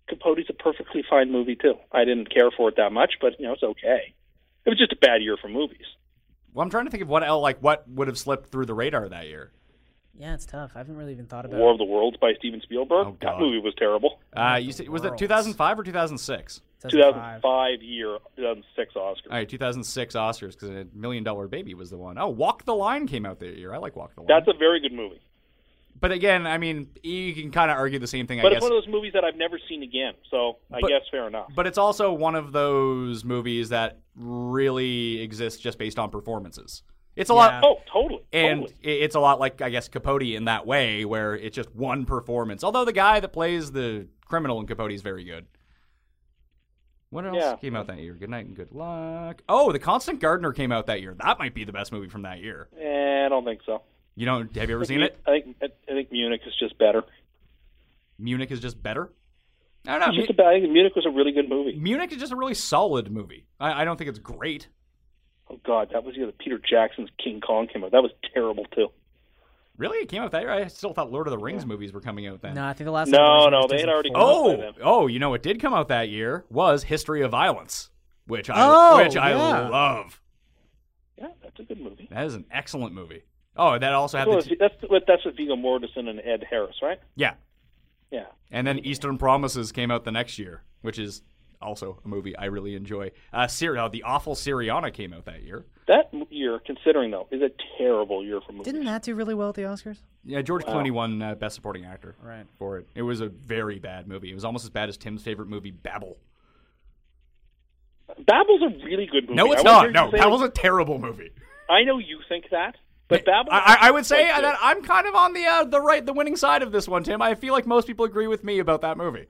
Capote's a perfectly fine movie too. I didn't care for it that much, but you know it's okay. It was just a bad year for movies.
Well, I'm trying to think of what el like what would have slipped through the radar that year.
Yeah, it's tough. I haven't really even thought about
War
it.
of the Worlds by Steven Spielberg.
Oh, God.
that movie was terrible.
Uh, you said, was that
Worlds.
2005 or 2006?
2005 year, um, 2006 Oscar.
All right, 2006 Oscars because a Million Dollar Baby was the one. Oh, Walk the Line came out that year. I like Walk the Line.
That's a very good movie,
but again, I mean, you can kind of argue the same thing.
but it's
I guess.
one of those movies that I've never seen again. So I
But-
guess fair enough.
but it's also one of those movies that really exists just based on performances. It's a lot.
Yeah.
oh, totally.
And
totally.
i- it's a lot like I guess Capote in that way, where it's just one performance. Although the guy that plays the criminal in Capote is very good. What else
Yeah.
came out that year? Good night and good luck. Oh, The Constant Gardener came out that year. That might be the best movie from that year.
Eh, I don't think so.
You don't have you ever seen it?
I think I think Munich is just better.
Munich is just better. I don't
It's
know.
just
Mu-
about, I think Munich was a really good movie.
Munich is just a really solid movie. I, I don't think it's great.
Oh God, that was the other Peter Jackson's King Kong came out. That was terrible too.
Really, it came out that year. I still thought Lord of the Rings movies were coming out then.
No, I think the last
No,
one was
no, they had
2004.
already come out. by
Oh,
then.
oh, you know what did come out that year was History of Violence, which I
Oh,
which I
yeah.
love.
Yeah, that's a good movie.
That is an excellent movie. Oh, that also had
Well,
the
that's that's with, that's with Viggo Mortensen and Ed Harris, right?
yeah,
Yeah.
and then Eastern Promises came out the next year, which is also a movie I really enjoy. Uh, Syria, the awful Syriana came out that year.
That m- year, considering though, is a terrible year for movies.
Didn't that do really well at the Oscars?
Yeah, George Clooney won uh, Best Supporting Actor
Right.
for it. It was a very bad movie. It was almost as bad as Tim's favorite movie, Babel.
Babel's a really good movie.
No, it's
I wanna
not.
hear
No,
you say-
Babel's a terrible movie.
I know you think that, but Babel.
I, I- I would say
Like,
that I'm kind of on the uh, the right, the winning side of this one, Tim. I feel like most people agree with me about that movie.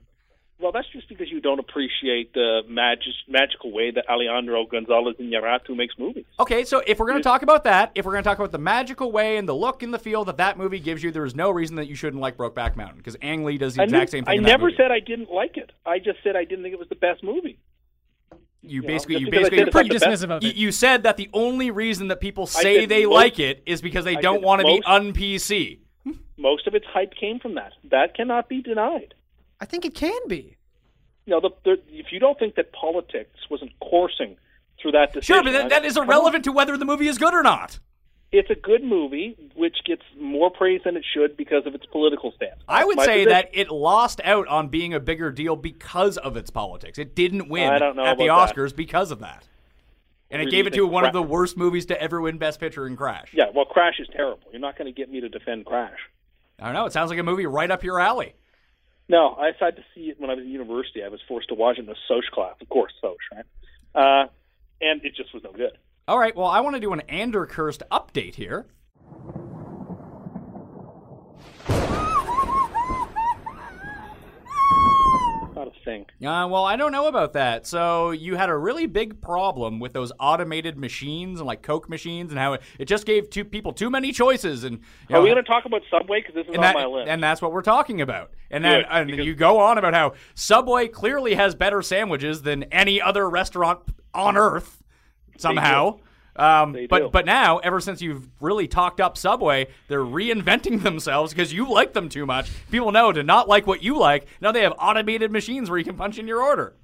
Well, that's just because you don't appreciate the magic, magical way that Alejandro Gonzalez Iñárritu makes movies.
Okay, so if we're going to talk about that, if we're going to talk about the magical way and the look and the feel that that movie gives you, there is no reason that you shouldn't like Brokeback Mountain because Ang Lee does the
I
exact
nev-
same thing.
I
in that
never
movie.
said I didn't like it. I just said I didn't think it was the best movie.
you basically
just
you
because I
basically
said it's not
you,
the
Dismissive
best-
of
you-
it.
you said that the only reason that people
I
say
said
they
most-
like it is because they
I
don't
said
want to be
most-
un PC.
Most of its hype came from that. That cannot be denied.
I think it can be.
you know, the, the, if you don't think that politics wasn't coursing through that decision.
Sure, but that, that is irrelevant to whether the movie is good or not.
It's a good movie, which gets more praise than it should because of its political stance.
I would
Oh, My
say
position-
that it lost out on being a bigger deal because of its politics. It didn't win
I don't know
at the
about that.
Oscars because of that. And it
Really
gave it to
think
one of
crap.
the worst movies to ever win Best Picture in Crash.
Yeah, well, Crash is terrible. You're not going to get me to defend Crash.
I don't know. It sounds like a movie right up your alley.
No, I decided to see it when I was in university. I was forced to watch it in a Soch class, of course, Soch, right? Uh, and it just was no good.
All right, well, I want to do an Anderkurst update here.
Not a thing.
Uh, well, I don't know about that. So you had a really big problem with those automated machines and like Coke machines, and how it, it just gave two people too many choices. And you
Are we
know,
going to talk about Subway? Because this is
and
on
that-
my list.
and that's what we're talking about. And then
Good,
and
because-
you go on about how Subway clearly has better sandwiches than any other restaurant on earth somehow. Um,
They
but
do.
but now, ever since you've really talked up Subway, they're reinventing themselves because you like them too much. People know to not like what you like. Now they have automated machines where you can punch in your order.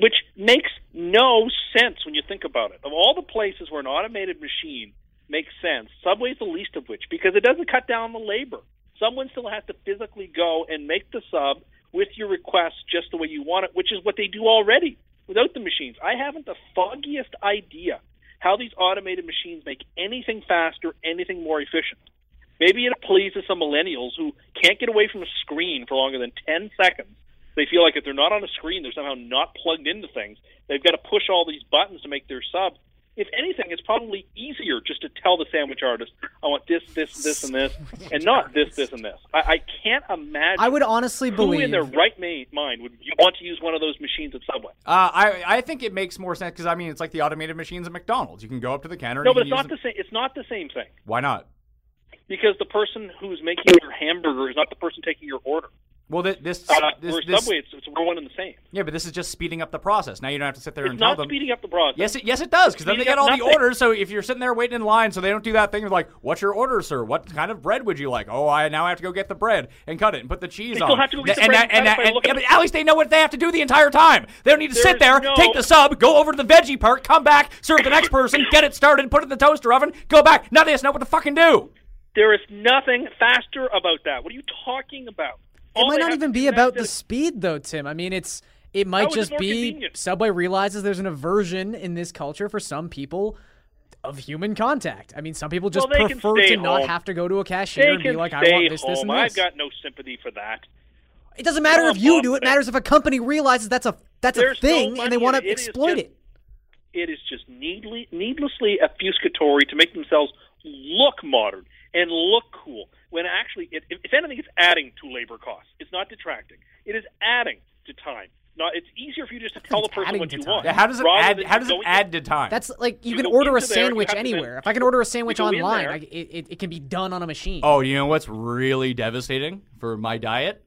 which makes no sense when you think about it. Of all the places where an automated machine makes sense, Subway's the least of which because it doesn't cut down the labor. Someone still has to physically go and make the sub with your request just the way you want it, which is what they do already without the machines. I haven't the foggiest idea how these automated machines make anything faster, anything more efficient. Maybe it pleases some millennials who can't get away from a screen for longer than 10 seconds. They feel like if they're not on a screen, they're somehow not plugged into things. They've got to push all these buttons to make their sub. If anything, it's probably easier just to tell the sandwich artist, I want this, this, this, and this, and not this, this, and this. I, I can't imagine
I would honestly
who
believe
in their right ma- mind would you want to use one of those machines at Subway.
Uh, I I think it makes more sense because I mean it's like the automated machines at McDonald's. You can go up to the counter.
No,
and
but
you
it's not
can
the
use
same. It's not the same thing.
them. Why not?
because the person who's making your hamburger is not the person taking your order.
Well, thi- this
Uh,
this,
or
this
Subway, it's, it's we're one and the same.
yeah, but this is just speeding up the process. Now you don't have to sit there
It's
and tell
not
them.
speeding up the process.
Yes, it, yes, it does because then they
Speeding
get
up
all the
nothing.
orders. So if you're sitting there waiting in line, so they don't do that thing of like, "What's your order, sir? What kind of bread would you like?" Oh, I now have to go get the bread and cut it and put the cheese
They
on.
still have to go get the
and
bread and
and
cut it by
and-
looking
yeah,
at
but
it.
at least they know what they have to do the entire time. They don't need to sit
There's
there,
no-
take the sub, go over to the veggie part, come back, serve the next person, get it started, put it in the toaster oven, go back. Now they just know what to fucking do.
There is nothing faster about that. What are you talking about?
It might not even be about the speed, though, Tim. I mean, it's it might
it's
just
more
be
convenient.
Subway realizes there's an aversion in this culture for some people of human contact. I mean, some people just
Well, they can
prefer
stay
to not
home.
have to go to a cashier
They
and be
can
like, "I
stay
want this,
home.
this, and
I've
this."
got no sympathy for that.
it doesn't matter
They're
if you
above
do it. It
that.
matters if a company realizes that's a that's
There's
a
no
thing and
money
they
in
want
it.
to
It is
exploit
just-
it.
It is just needly, needlessly obfuscatory to make themselves look modern and look cool. When actually, it, if if anything, it's adding to labor costs. It's not detracting. It is adding to time. Not, it's easier for you just to tell the
it's
person
adding
what
to
you
time.
want.
Yeah, how does it
rather
add?
than
How does it
going-
add to time?
That's like you,
You
can
go
order a
into there, you
sandwich
have to then-
anywhere. If I can order a sandwich
go in
online,
there.
I, it, it, it can be done on a machine.
Oh, you know what's really devastating for my diet?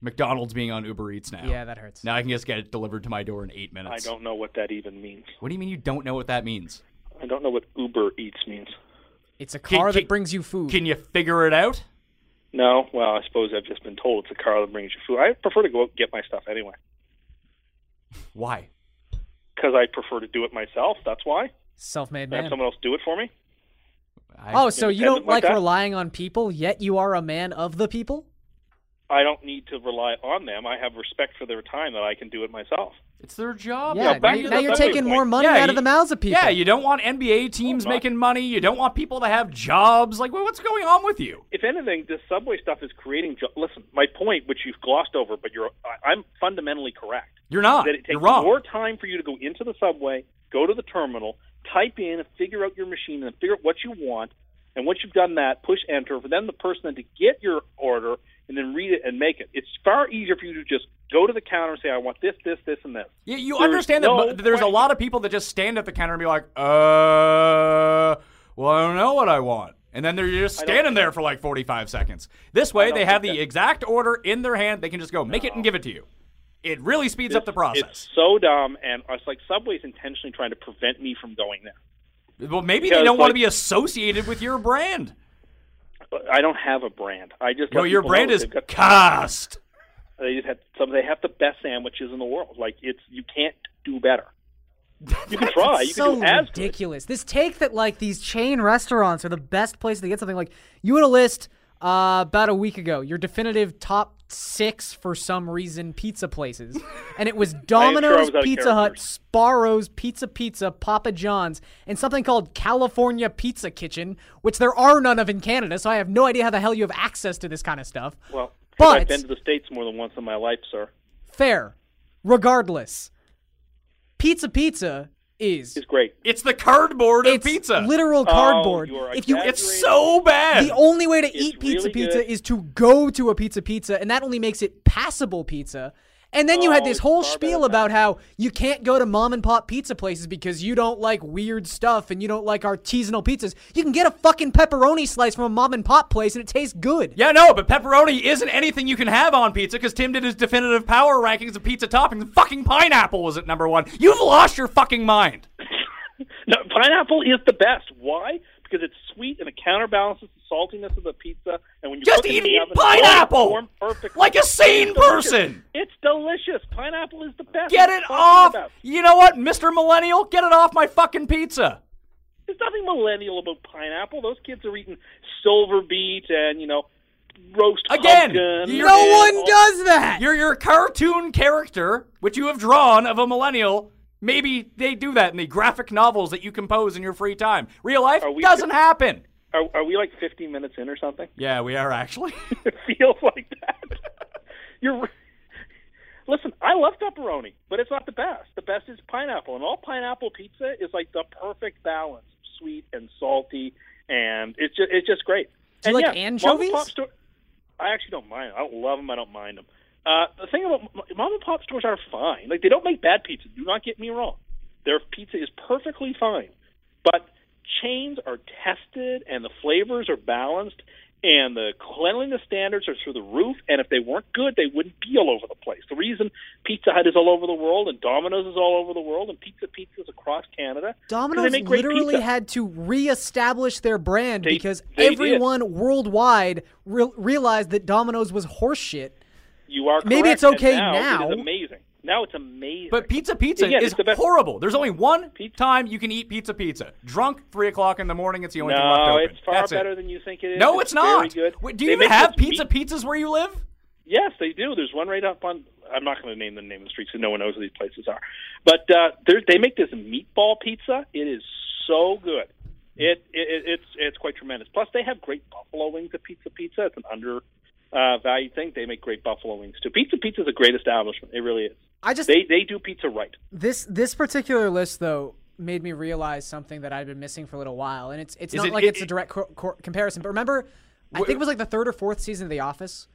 McDonald's being on Uber Eats now.
yeah, that hurts.
Now I can just get it delivered to my door in eight
I
minutes.
don't know what that even means.
What do you mean you don't know what that means?
I don't know what Uber Eats means.
It's a
Can-
car
can-
that brings you food.
Can you figure it out?
No, well, I suppose I've just been told it's a car that brings you food. I prefer to go out and get my stuff anyway
Why?
because I prefer to do it myself. That's why.
Self-made
Have
man.
someone else do it for me.
I,
Oh, so you don't
independent like
like
that?
relying on people, yet you are a man of the people?
I don't need to rely on them. I have respect for their time that I can do it myself.
it's their job.
Yeah,
though.
now,
back to
now
the
you're
Subway
taking
point.
more money
Yeah,
out
you-
of the mouths of people.
Yeah, you don't want NBA teams
I'm not.
making money. You don't want people to have jobs. Like, wha- what's going on with you?
If anything, this subway stuff is creating. Jo- Listen, my point, which you've glossed over, but you're I- I'm fundamentally correct.
You're not.
That it takes
Ah, You're wrong.
more time for you to go into the subway, go to the terminal, type in, and figure out your machine, and figure out what you want. And once you've done that, push enter for then the person then to get your order and then read it and make it. It's far easier for you to just go to the counter and say, I want this, this, this, and this.
You, you
There's
understand that
no
mo- there's a
question.
lot of people that just stand at the counter and be like, uh, well, I don't know what I want. And then they're just
I don't-
standing there for like 45 seconds. This way,
don't
they have the
think that-
exact order in their hand. They can just go make it and give it to you. It really speeds up the
It's
process.
so dumb, and it's like Subway's intentionally trying to prevent me from going there.
Well, maybe
Yeah,
they
it's
don't want to
like-
be associated with your brand.
But I don't have a brand. I just
No,
let
your
people
brand
know
is
they've got-
cast.
They just have some. They have the best sandwiches in the world. Like it's you can't do better. You can try. You
so
can do as good.
ridiculous. This take that like these chain restaurants are the best place to get something. Like you had a list uh, about a week ago, your definitive top six for some reason pizza places, and it was Domino's,
was out of
Pizza Hut,
characters.
Sparrow's, Pizza Pizza, Papa John's, and something called California Pizza Kitchen, which there are none of in Canada. So I have no idea how the hell you have access to this kind of stuff.
Well, 'cause
but
I've been to the states more than once in my life, sir.
fair, regardless. Pizza Pizza is
It's great.
It's the cardboard of
it's
pizza.
literal cardboard.
Oh, you are
if you
exaggerating.
it's so bad.
the only way to eat pizza
really
pizza
good.
is to go to a pizza pizza, and that only makes it passable pizza. And then you
Oh,
had this
it's
whole
far
spiel
better
about how you can't go to mom and pop pizza places because you don't like weird stuff and you don't like artisanal pizzas. You can get a fucking pepperoni slice from a mom and pop place and it tastes good.
yeah, no, but pepperoni isn't anything you can have on pizza because Tim did his definitive power rankings of pizza toppings. Fucking pineapple was at number one. You've lost your fucking mind.
No, pineapple is the best. Why? Because it's sweet and it counterbalances the saltiness of the pizza. And when you
Just
cook it in
eat
the oven,
pineapple!
it's warm perfectly.
Like a sane
It's delicious.
person!
It's delicious. Pineapple is the best. What
Get
are
it
you talking
off.
about?
You know what, Mr. Millennial? Get it off my fucking pizza.
There's nothing millennial about pineapple. Those kids are eating silver beet and you know roast
Again,
pumpkin.
you're-
No
and
one
all-
does that.
You're your cartoon character, which you have drawn of a millennial. Maybe they do that in the graphic novels that you compose in your free time. Real life
Are we-
doesn't happen.
Are, are we like 15 minutes in or something?
Yeah, we are actually.
It feels like that. You're. Listen, I love pepperoni, but it's not the best. The best is pineapple, and all pineapple pizza is like the perfect balance, of sweet and salty, and it's just it's just great.
Do you
And
like
yeah,
anchovies?
mom and pop store- I actually don't mind. 'em. I don't love them. I don't mind them. Uh, the thing about m- mom and pop stores are fine. Like they don't make bad pizza. Do not get me wrong. Their pizza is perfectly fine, but chains are tested and the flavors are balanced and the cleanliness standards are through the roof. And if they weren't good, they wouldn't be all over the place. The reason Pizza Hut is all over the world and Domino's is all over the world and Pizza Pizza is across Canada. is 'cause they
Domino's
make great
literally
pizza.
had to reestablish their brand
They-
because
they did.
everyone worldwide real realized that Domino's was horseshit.
You are
Maybe
correct.
it's okay
and now. It
now.
is amazing. Now it's amazing.
But pizza pizza
Again,
is
it's the best-
horrible. There's only one
Pizza-
time you can eat pizza pizza. Drunk, three o'clock in the morning. It's the only thing left
No,
open.
it's far
That's it.
better than you think it is.
No, it's,
very
not.
Good.
Wait, do
They
you
make
have
this
pizza
meat-
pizzas where you live?
Yes, they do. There's one right up on. I'm not going to name the name of the street because no one knows where these places are. But uh, there- they make this meatball pizza. It is so good. It, it it's it's quite tremendous. Plus, they have great buffalo wings at Pizza Pizza. It's an under uh, valued thing. They make great buffalo wings too. Pizza Pizza is a great establishment. It really is.
I just Mm.
They they do pizza right.
this this particular list though made me realize something that I've been missing for a little while, and it's it's
Is
not
it-
like
it-
it's a direct co- co- comparison. But remember, I
Wh-
think it was like the third or fourth season of The Office,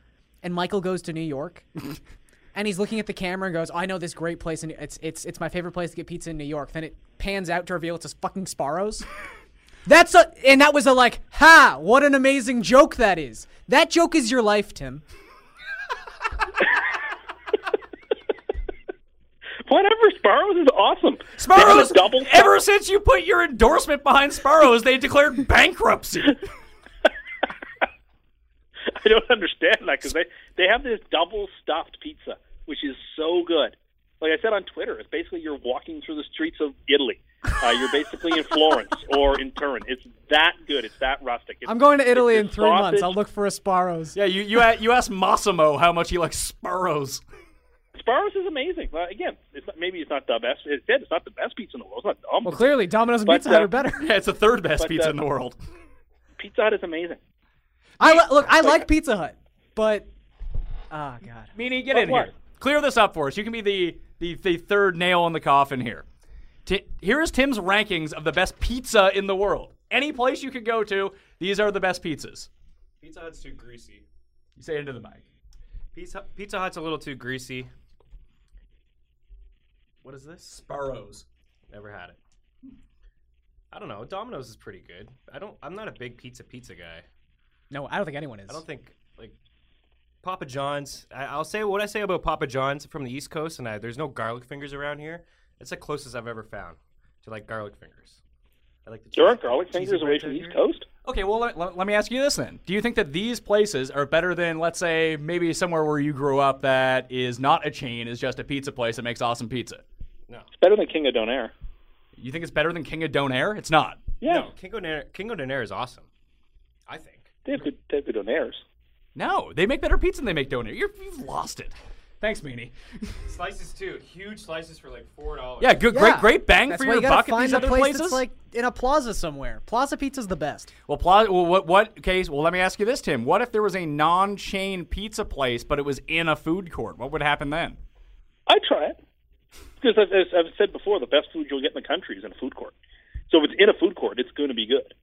and Michael goes to New York, and he's looking at the camera and goes, "I know this great place, and it's it's it's my favorite place to get pizza in New York." Then it pans out to reveal it's a fucking Sparrows. That's a and that was a like, ha! What an amazing joke that is. That joke is your life, Tim.
Whatever. Sparrows is awesome. They
Sparrows.
have a double.
Ever since you put your endorsement behind Sparrows, they declared bankruptcy.
I don't understand that because they they have this double stuffed pizza, which is so good. Like I said on Twitter, it's basically you're walking through the streets of Italy. Uh, you're basically in Florence or in Turin. It's that good. It's that rustic. It's,
I'm going to Italy
it's
in three months.
sausage.
I'll look for a Sparrows.
yeah, you you a- you asked Massimo how much he likes Sparrows.
Sparrows is amazing. Uh, again, it's not, maybe it's not the best. It's, it's not the best pizza in the world. It's not dumb.
Well, clearly Domino's and
But,
Pizza Hut
uh,
are better.
Yeah, it's the third best
But,
pizza
uh,
in the world.
Pizza Hut is amazing.
I li- look. I like Pizza Hut, but oh god,
Meanie, get in
what?
here. Clear this up for us. You can be the the, the third nail in the coffin here. Ti here is Tim's rankings of the best pizza in the world. Any place you could go to, these are the best pizzas.
Pizza Hut's too greasy.
You say it into the mic.
Pizza Pizza Hut's a little too greasy. What is this?
Sparrows.
Never had it. I don't know. Domino's is pretty good. I don't. I'm not a big pizza pizza guy.
no, I don't think anyone is.
I don't think like Papa John's. I, I'll say what I say about Papa John's from the East Coast, and I, there's no garlic fingers around here. It's the closest I've ever found to like garlic fingers. I like the
There
cheese-
aren't garlic
cheesy
fingers away
bread
from the East
here.
Coast.
Okay, well, let, let- let me ask you this then. Do you think that these places are better than, let's say, maybe somewhere where you grew up that is not a chain, is just a pizza place that makes awesome pizza?
No,
It's better than King of Donair.
You think it's better than King of Donair? It's not.
Yeah,
No, King O'Donair, King O'Donair is awesome. I think.
they have good, they have good donairs.
No, they make better pizza than they make donair. You're, you've lost it. Thanks, Meanie.
Slices too. Huge slices for like four dollars.
Yeah, good,
Yeah.
great, great bang
That's
for
why
your
you gotta
buck at
find
these
a
other
place
places.
That's like in a plaza somewhere. Plaza Pizza's the best.
well, pla- well, what, what case? Well, let me ask you this, Tim. What if there was a non-chain pizza place, but it was in a food court? What would happen then?
I try it because I've, as I've said before, the best food you'll get in the country is in a food court. So if it's in a food court, it's going to be good.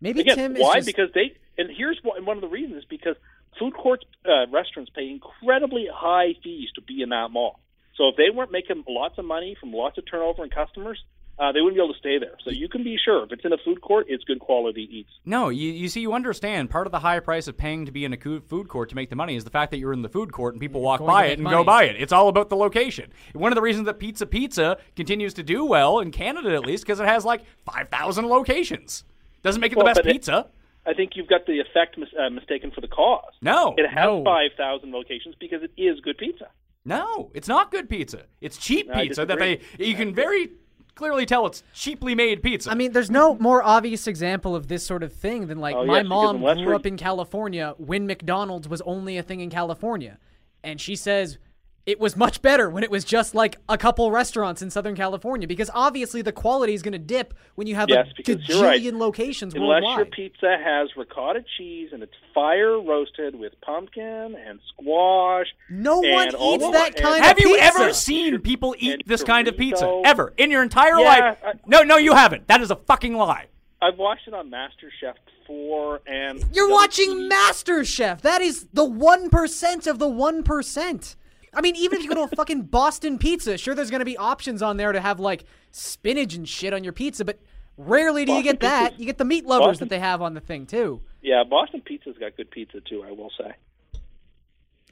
Maybe
Again,
Tim
why?
is just,
Because they and here's why, and one of the reasons is because food courts, uh, restaurants pay incredibly high fees to be in that mall. So if they weren't making lots of money from lots of turnover and customers, uh, they wouldn't be able to stay there. So you can be sure if it's in a food court, it's good quality eats.
No, you, you see, you understand. Part of the high price of paying to be in a coo- food court to make the money is the fact that you're in the food court and people walk
Going to
by
make
it and
money.
go buy it. It's all about the location. One of the reasons that Pizza Pizza continues to do well in Canada, at least, because it has like 5,000 locations. Doesn't make it
Well,
the best
but it-
pizza.
I think you've got the effect mis- uh, mistaken for the cause.
No,
It has
No.
5,000 locations because it is good pizza.
no, it's not good pizza. It's cheap
I
pizza that they you can very clearly tell it's cheaply made pizza.
I mean, there's no more obvious example of this sort of thing than like
Oh,
my
yes, because
mom
in Westford-
grew up in California when McDonald's was only a thing in California, and she says it was much better when it was just like a couple restaurants in Southern California because obviously the quality is going to dip when you have
Yes,
a
because you're right.
gajillion locations
Unless your
worldwide.
pizza has ricotta cheese and it's fire roasted with pumpkin and squash.
No
and
one
all
eats
the-
that
and-
kind
Have
of
you
pizza.
ever seen people eat
and
this kind of pizza
chorizo.
ever in your entire
Yeah,
life?
I-
no, no, you haven't. That is a fucking lie.
I've watched it on MasterChef before, and
You're
the-
watching MasterChef. That is the 1% of the 1%. I mean, even if you go to a fucking Boston pizza, sure, there's going to be options on there to have like spinach and shit on your pizza, but rarely do you
Boston
get that.
pizza's-
You get the meat lovers
Boston-
that they have on the thing, too.
Yeah, Boston Pizza's got good pizza too. I will say.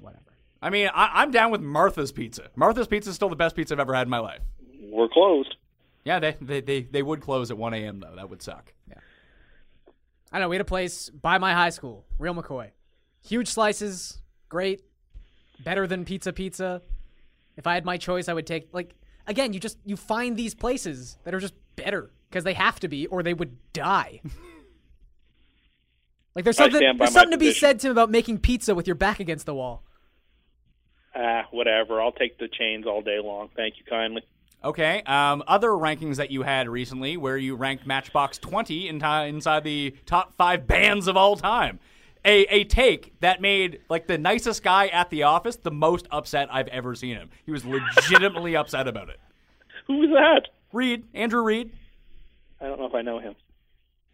Whatever.
I mean, I, I'm down with Martha's Pizza. Martha's Pizza is still the best pizza I've ever had in my life.
We're closed.
Yeah, they they, they, they would close at 1 a.m. though. That would suck.
I know. We had a place by my high school, Real McCoy. Huge slices, great, better than Pizza Pizza. If I had my choice, I would take like again. You just you find these places that are just better because they have to be, or they would die. like there's
I
something
stand by
there's
my
something to be
position.
said to about making pizza with your back against the wall.
Ah, whatever. I'll take the chains all day long. Thank you kindly.
Okay. Um, other rankings that you had recently, where you ranked Matchbox 20 in ti- inside the top five bands of all time. A, a take that made like the nicest guy at the office the most upset I've ever seen him. He was legitimately upset about it.
Who was that?
Reed, Andrew Reed.
I don't know if I know him.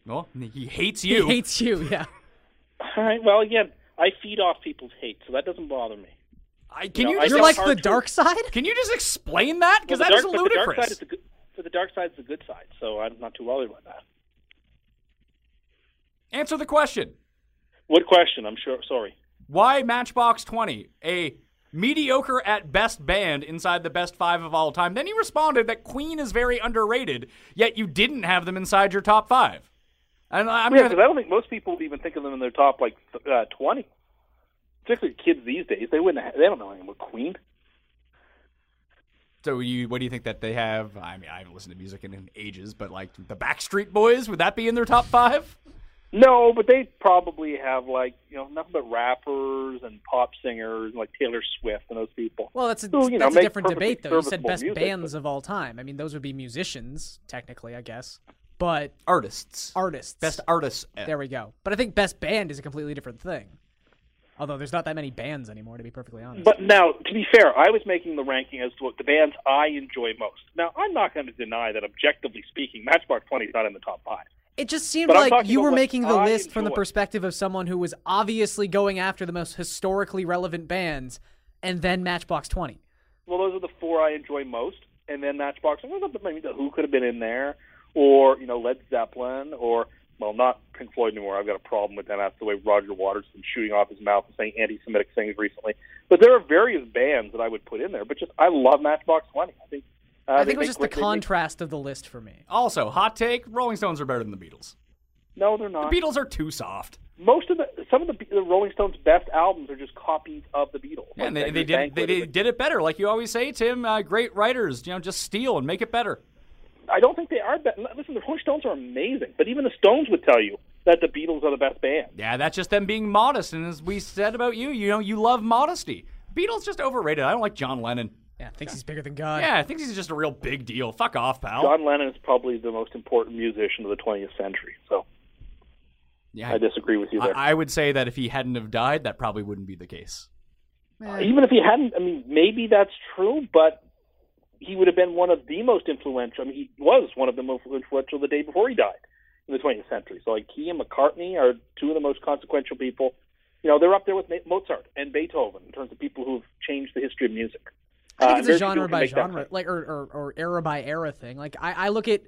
Well, he hates you.
He hates you, yeah.
All right. Well, again, I feed off people's hate, so that doesn't bother me.
I, can
No,
you
I
just
You're
don't-
like
hard
the
truth.
dark side.
Can you just explain that? Because
Well,
that is
the dark, but the dark side
ludicrous.
is the good. But the dark side is the good side, so I'm not too worried about that.
Answer the question.
What question? I'm sure. Sorry.
Why Matchbox 20, a mediocre at best band inside the best five of all time? Then you responded that Queen is very underrated, yet you didn't have them inside your top five. And I- I'm
Yeah,
gonna-
because I don't think most people would even think of them in their top like th- uh, twenty. Particularly kids these days, they wouldn't. Have, they don't know anything about Queen.
so you, what do you think that they have? I mean, I haven't listened to music in, in ages, but like the Backstreet Boys, would that be in their top five?
No, but they probably have like you know nothing but rappers and pop singers like Taylor Swift and those people.
Well, that's a,
Who, you know,
that's a
make
different
perfectly
debate, though. You said
serviceable
best
music,
bands
but-
of all time. I mean, those would be musicians, technically, I guess, but
Artists,
artists.
best artists. eh.
There we go. But I think best band is a completely different thing. Although there's not that many bands anymore, to be perfectly honest.
But now, to be fair, I was making the ranking as to what the bands I enjoy most. Now, I'm not going to deny that, objectively speaking, Matchbox Twenty is not in the top five.
it just seemed
but I'm
like
talking
you
about
were
what
making the
I
list from the
enjoy.
perspective of someone who was obviously going after the most historically relevant bands, and then Matchbox Twenty.
well, those are the four I enjoy most. And then Matchbox, I don't know, maybe the Who could have been in there, or you know Led Zeppelin, or well, not Pink Floyd anymore. I've got a problem with that. That's the way Roger Waters has been shooting off his mouth and saying anti-Semitic things recently. But there are various bands that I would put in there. But just I love Matchbox Twenty. I think uh,
I
they
think it was
make
just the
great- they make-
contrast of the list for me.
Also, hot take: Rolling Stones are better than the Beatles.
No, they're
The
not.
Beatles are too soft.
Most of the some of the, the Rolling Stones' best albums are just copies of the Beatles.
Yeah,
Like
and they, they
Beggar's
did it, they,
Banquet
they
is-
did it better, like you always say, Tim. Uh, great writers, you know, just steal and make it better.
I don't think they are. Be- Listen, the Rolling Stones are amazing, but even the Stones would tell you that the Beatles are the best band.
Yeah, that's just them being modest. And as we said about you, you know, you love modesty. Beatles just overrated. I don't like John Lennon.
Yeah, thinks he's bigger than God.
Yeah, I think he's just a real big deal. Fuck off, pal.
John Lennon is probably the most important musician of the 20th century. So
yeah,
I disagree with you there.
I, I would say that if he hadn't have died, that probably wouldn't be the case.
Uh, Even if he hadn't, I mean, maybe that's true, but he would have been one of the most influential. I mean, he was one of the most influential the day before he died in the 20th century. So, like, he and McCartney are two of the most consequential people. You know, they're up there with Ma- Mozart and Beethoven in terms of people who've changed the history of music.
I
Uh,
think it's a
very few
genre
people can
by
make that
genre, like or, or or era by era thing. Like I, I look at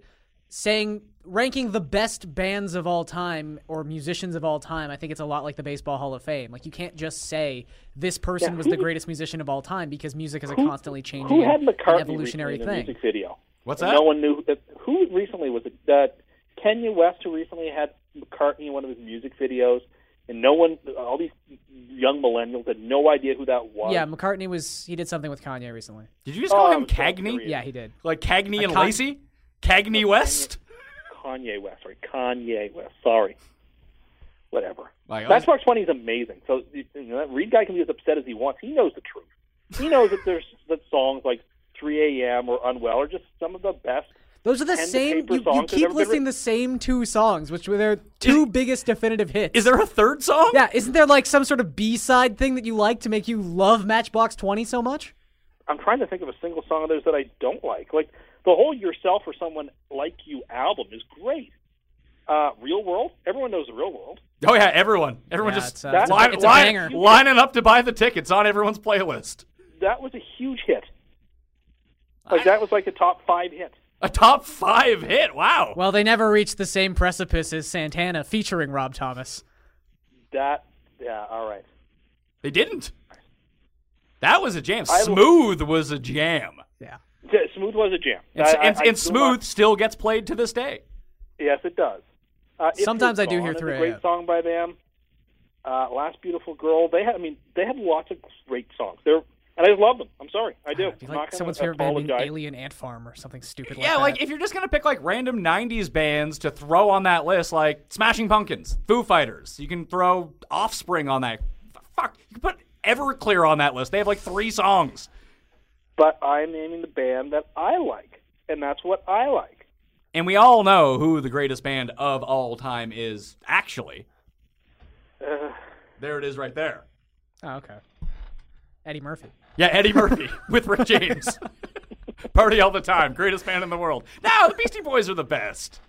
saying ranking the best bands of all time or musicians of all time. I think it's a lot like the Baseball Hall of Fame. Like you can't just say this person was the greatest musician of all time because music is a constantly changing
Who had
and- and
McCartney
evolutionary
recently
thing.
in a music video?
What's
And
that?
No one knew that. Who recently was it? That Kenya West, who recently had McCartney in one of his music videos, and no one, all these young millennials had no idea who that was.
Yeah, McCartney was he did something with Kanye recently.
Did you just call
Oh, I
him
was so
Cagney?
curious.
Yeah, he did.
Like Cagney and
Con-
Lacey? Cagney West?
Kanye West, sorry, Kanye West, sorry. Whatever.
Like,
That's why Twenty is amazing. So you know, that Reed guy can be as upset as he wants. He knows the truth. He knows that there's that songs like 3 a.m. or Unwell are just some of the best
Those are the
Pen to
same.
paper
You, you
songs that
keep
ever been
listing
written.
the same two songs, which were their two biggest definitive hits.
Is there a third song?
Yeah, isn't there like some sort of B side thing that you like to make you love Matchbox Twenty so much?
I'm trying to think of a single song of theirs that I don't like. Like the whole "Yourself" or "Someone Like You" album is great. Uh, real world, everyone knows the real world.
Oh yeah, everyone. Everyone
Yeah,
just
it's a-
it's a-
line,
it's a
line-
banger.
lining up to buy the tickets on everyone's playlist.
That was a huge hit. Like that was like a top five hit.
A top five hit.
Oh.
Wow.
Well, they never reached the same precipice as Santana featuring Rob Thomas.
That yeah, all right.
they didn't. That was a jam.
I will-
Smooth was a jam.
Yeah.
Yeah, Smooth was a jam.
And,
I-
s-
I-
and,
I
and
do
Smooth
not-
still gets played to this day.
yes, it does. Uh, If
Sometimes
It's
I do
Gone
hear
is
3
a
AM.
great song by them. Uh, Last beautiful girl. They had. I mean, they had lots of great songs. They're and I love them. I'm sorry, I do.
It'd be
I'm not
Ah, like
gonna
someone's favorite band being
apologize.
Alien Ant Farm or something stupid like
yeah,
that.
like if you're just gonna pick like random '90s bands to throw on that list, like Smashing Pumpkins, Foo Fighters, you can throw Offspring on that. F- Fuck, you can put Everclear on that list. They have like three songs,
but I'm naming the band that I like, and that's what I like.
and we all know who the greatest band of all time is. Actually,
Uh,
there it is right there.
Oh, okay. Eddie Murphy.
Yeah, Eddie Murphy with Rick James. Party all the time, greatest band in the world. No, the Beastie Boys are the best.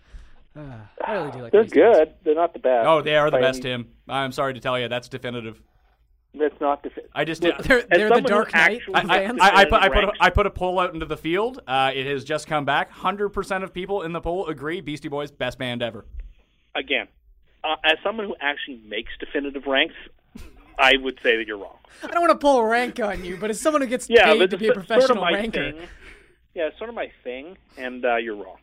I really do like
they're
these guys.
good. They're not the best.
Oh, they are the
by
best,
any-
Tim. I'm sorry to tell you, that's definitive.
That's not the.
I just
Look,
They're,
As
they're the
someone who
Dark Knight
actually-
I,
fans.
I, I,
Fans
put, I, put a,
ranked.
I put a poll out into the field. Uh, it has just come back. 100% of people in the poll agree Beastie Boys, best band ever.
Again, uh, as someone who actually makes definitive ranks, I would say that you're wrong.
I don't want to pull rank on you, but as someone who gets
Yeah,
paid
that's
to be a
sort of
professional
my
ranker,
thing. Yeah, it's sort of my thing, and uh, you're wrong.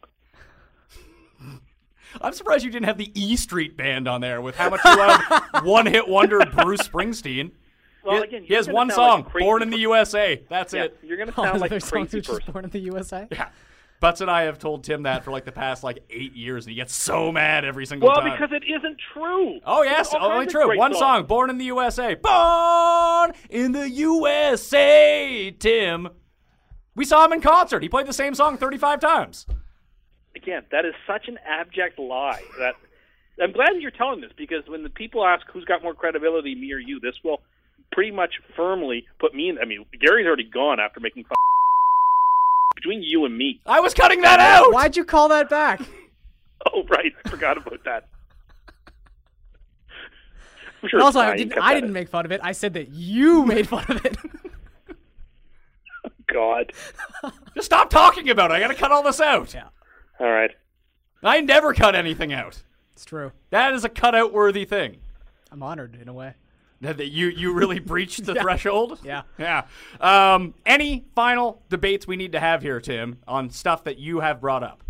I'm surprised you didn't have the E Street Band on there with how much you love one hit wonder Bruce Springsteen.
Well,
He-
again,
he
you're
has
gonna
one
sound like a
song,
crazy
Born in the
per-
USA. That's
Yeah,
it.
you're gonna
all
sound
the
like a
other songs
crazy
are just
person.
born in the USA.
Yeah. Butts and I have told Tim that for like the past like eight years, and he gets so mad every single
Well,
time.
because it isn't true.
Oh yes,
There's all
only
kinds of
true.
great
One
songs.
song, "Born in the USA." Born in the USA, Tim. We saw him in concert. He played the same song 35 times.
again, that is such an abject lie. That I'm glad that you're telling this because when the people ask who's got more credibility, me or you, this will pretty much firmly put me in. I mean, Gary's already gone after making fun. Between you and me.
I was cutting that out.
Why'd you call that back?
Oh, right, I forgot about that. I'm sure
also, I
Brian
didn't,
cut
I
that
didn't
out.
make fun of it. I said that you made fun of it.
God.
Just stop talking about it. I gotta cut all this out.
Yeah.
All right.
I never cut anything out.
it's true.
That is a cutout worthy thing.
I'm honored in a way.
That that you you really breached the threshold.
Yeah.
Yeah. Um, any final debates we need to have here, Tim, on stuff that you have brought up?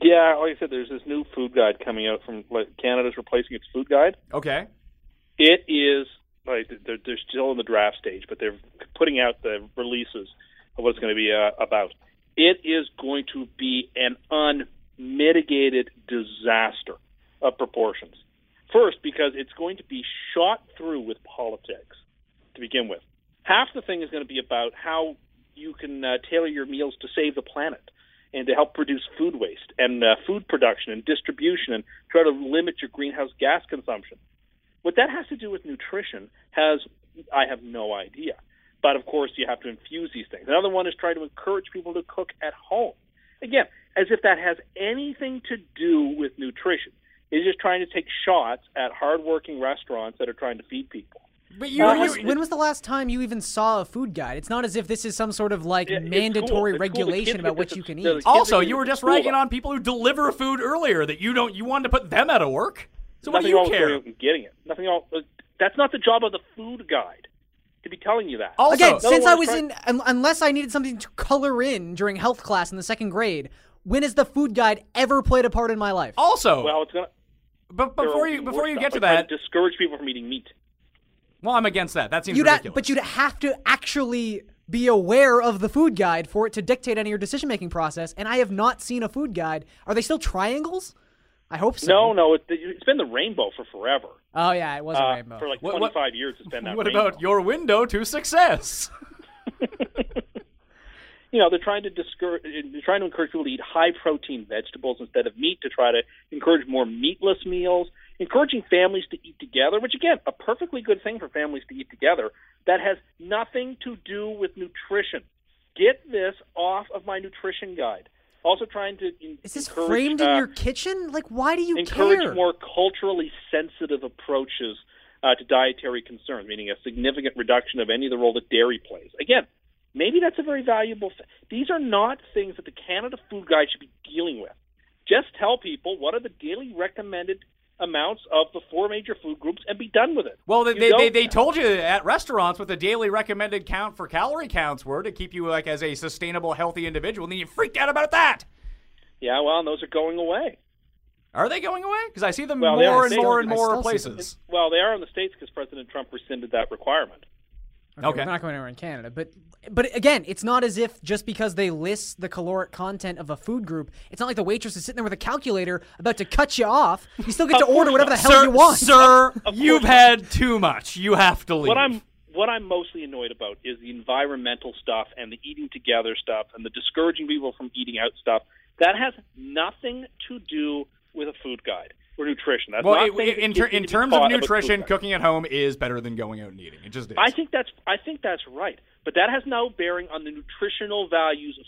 Yeah, like I said, there's this new food guide coming out from like, Canada's replacing its food guide.
Okay.
It is like they're, they're still in the draft stage, but they're putting out the releases of what it's going to be uh, about. it is going to be an unmitigated disaster of proportions. First, because it's going to be shot through with politics to begin with. Half the thing is going to be about how you can uh, tailor your meals to save the planet and to help reduce food waste and uh, food production and distribution and try to limit your greenhouse gas consumption. What that has to do with nutrition has I have no idea. But of course, you have to infuse these things. Another one is trying to encourage people to cook at home. Again, as if that has anything to do with nutrition. It's just trying to take shots at hardworking restaurants that are trying to feed people.
But you,
Uh,
when, was,
you-
when was the last time you even saw a food guide? It's not as if this is some sort of like
Yeah, it's cool.
mandatory
It's cool. The
regulation
kids
about
get
what
to-
you can
the-
eat.
Also,
Kids are
you were just
cool,
ragging
though.
on people who deliver food earlier that you don't you wanted to put them out of work. So what
Nothing
do you
wrong with
care?
going out and getting it. Nothing wrong. That's not the job of the food guide to be telling you that.
Also,
Again,
No
since I
one's
was
trying-
in, un- unless I needed something to color in during health class in the second grade, when has the food guide ever played a part in my life?
also,
well, it's gonna
but
there
before
are
you
worse
before you
stuff,
get to
like trying
that,
discourage people from eating meat.
well, I'm against that. That seems
You'd ha-
ridiculous.
but you'd have to actually be aware of the food guide for it to dictate any of your decision making process. And I have not seen a food guide. Are they still triangles? I hope so.
No, no, it, it's been the rainbow for forever.
Oh yeah, it was a
Uh,
rainbow.
For like
What- what-
25 years, it's been that.
what
rainbow.
about your window to success?
you know they're trying to discourage they're trying to encourage people to eat high protein vegetables instead of meat to try to encourage more meatless meals encouraging families to eat together which again a perfectly good thing for families to eat together that has nothing to do with nutrition get this off of my nutrition guide also trying to en-
Is this
encourage,
framed
uh,
in your kitchen? Like, why do you
encourage
care?
more culturally sensitive approaches uh, to dietary concerns, meaning a significant reduction of any of the role that dairy plays. Again, maybe that's a very valuable thing. These are not things that the Canada Food Guide should be dealing with. Just tell people what are the daily recommended amounts of the four major food groups and be done with it.
Well, they,
You
they, they,
don't-
they told you at restaurants what the daily recommended count for calorie counts were to keep you like as a sustainable, healthy individual. And then you freaked out about that.
yeah, well, and those are going away.
Are they going away? Because I see them
Well, they are.
more and
They-
more and
I
more
still see them.
places.
Well, they are in the states because President Trump rescinded that requirement.
Okay,
Okay.
we're not going anywhere in Canada, but but again, it's not as if just because they list the caloric content of a food group, it's not like the waitress is sitting there with a calculator about to cut you off. You still get to
Of course
order whatever the
not.
hell
sir,
you want.
sir,
course
you've
not.
had too much. You have to leave.
What I'm what I'm mostly annoyed about is the environmental stuff and the eating together stuff and the discouraging people from eating out stuff. That has nothing to do with a food guide or nutrition. That's
well,
not
it-
things that
in,
kids
ter-
need
in
to be
terms
taught
of
about
nutrition,
food guides.
cooking at home is better than going out and eating. It just is.
I think that's I think that's right, but that has no bearing on the nutritional values of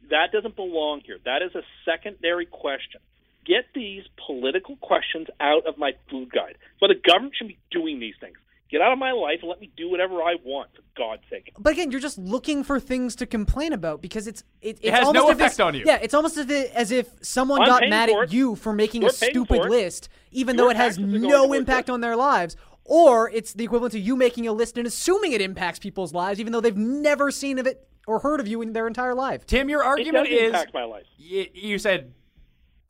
foods. That doesn't belong here. That is a secondary question. Get these political questions out of my food guide. But the government should be doing these things. Get out of my life and let me do whatever I want, for God's sake.
But again, you're just looking for things to complain about because it's it, it's
has no
almost as if-
effect on you.
Yeah, it's almost as if, as if someone
I'm
got
paying
mad
for
at
it.
you for making a
You're paying
stupid
for it.
list, even
Your
though it has
taxes are going
no
towards
impact
this.
on their lives. Or it's the equivalent to you making a list and assuming it impacts people's lives, even though they've never seen of it or heard of you in their entire life.
Tim, your
It
argument
does
is
impact my life.
y- you said,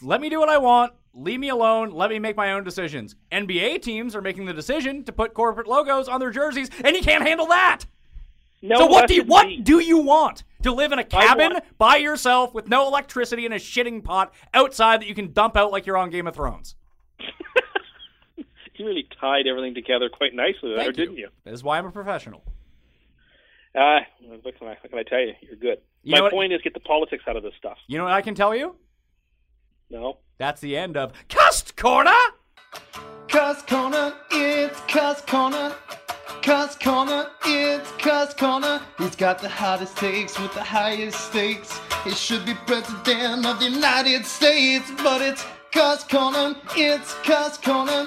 let me do what I want, leave me alone, let me make my own decisions. NBA teams are making the decision to put corporate logos on their jerseys, and you can't handle that.
No
so what do you,
less
what
indeed.
do you want? To live in a cabin
want-
by yourself with no electricity and a shitting pot outside that you can dump out like you're on Game of Thrones.
you really tied everything together quite nicely there,
Thank
didn't you?
That is why I'm a professional.
Uh, what, can I, what can I tell you? You're good.
You know
my
what-
point is get the politics out of this stuff.
You know what I can tell you?
No?
That's the end of Cust Corner.
Cuss Corner, it's Cuss Corner. Cuss Corner, it's Cuss Corner. He's got the hottest takes with the highest stakes. It should be president of the United States, but it's Cuss Corner, it's Cuss Corner.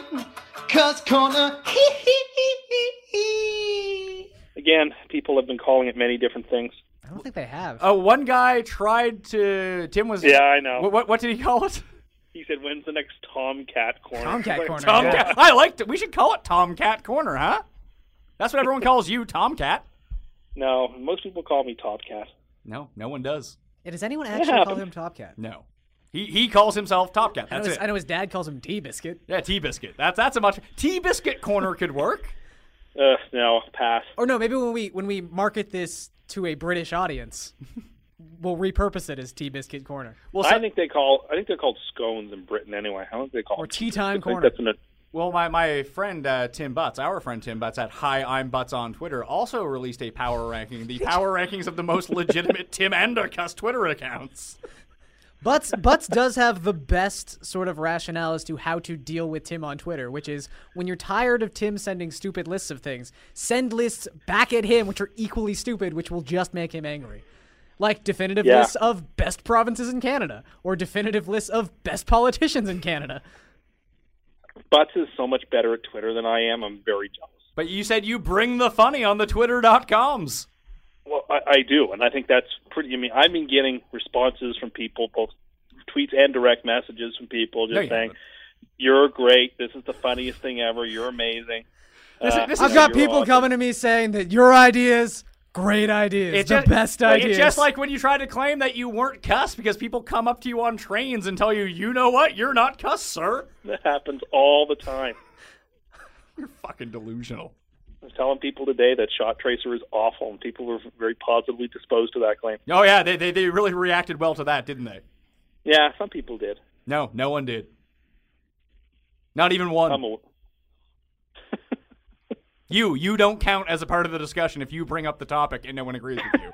Cuss Corner, hee hee hee hee hee.
Again, people have been calling it many different things.
I don't think they have.
Oh, one guy tried to. Tim was.
Yeah, I know.
What, what, what did he call it?
He said, when's the next Tomcat corner?
Tomcat
Like,
corner.
Tomcat.
yeah.
I liked it. We should call it Tomcat Corner, huh? That's what everyone calls you, Tomcat.
No, most people call me Topcat.
No, no one does.
Yeah, Does anyone actually call
happened.
him Topcat?
No. He, he calls himself Topcat.
I know,
That's
his,
it.
I know his dad calls him Tea Biscuit.
Yeah, Tea Biscuit. That's that's a much Tea Biscuit corner could work.
Ugh, no, pass.
Or no, maybe when we when we market this to a British audience, we'll repurpose it as Tea Biscuit Corner
Well,
I
so-
think they call. I think they're called scones in Britain anyway. I don't think they call
or
them-
Tea
I
Time
think
Corner.
that's an,
Well, my, my friend uh, Tim Butts, our friend Tim Butts at Hi I'm Butts on Twitter, also released a power ranking, the power rankings of the most legitimate Tim Andercuss Twitter accounts.
Butts Butts does have the best sort of rationale as to how to deal with Tim on Twitter, which is when you're tired of Tim sending stupid lists of things, send lists back at him which are equally stupid, which will just make him angry. Like definitive
Yeah.
lists of best provinces in Canada, or definitive lists of best politicians in Canada.
Butts is so much better at Twitter than I am. I'm very jealous.
But you said you bring the funny on the Twitter.coms.
Well, I, I do, and I think that's pretty. I mean, I've been getting responses from people, both tweets and direct messages from people, just
No, you
saying,
haven't.
"You're great. This is the funniest thing ever. You're amazing."
This is- this
you
is-
I've
know,
got
you're
people
awesome."
coming to me saying that your ideas, great ideas, the
ju-
best
like,
ideas.
It's just like when you try to claim that you weren't cuss because people come up to you on trains and tell you, you know what, you're not cuss, sir.
That happens all the time.
You're fucking delusional.
I was telling people today that Shot Tracer is awful, and people were very positively disposed to that claim.
Oh, yeah, they, they, they really reacted well to that, didn't they?
Yeah, some people did.
No, no one did. Not even one.
I'm a,
You you don't count as a part of the discussion if you bring up the topic and no one agrees with you.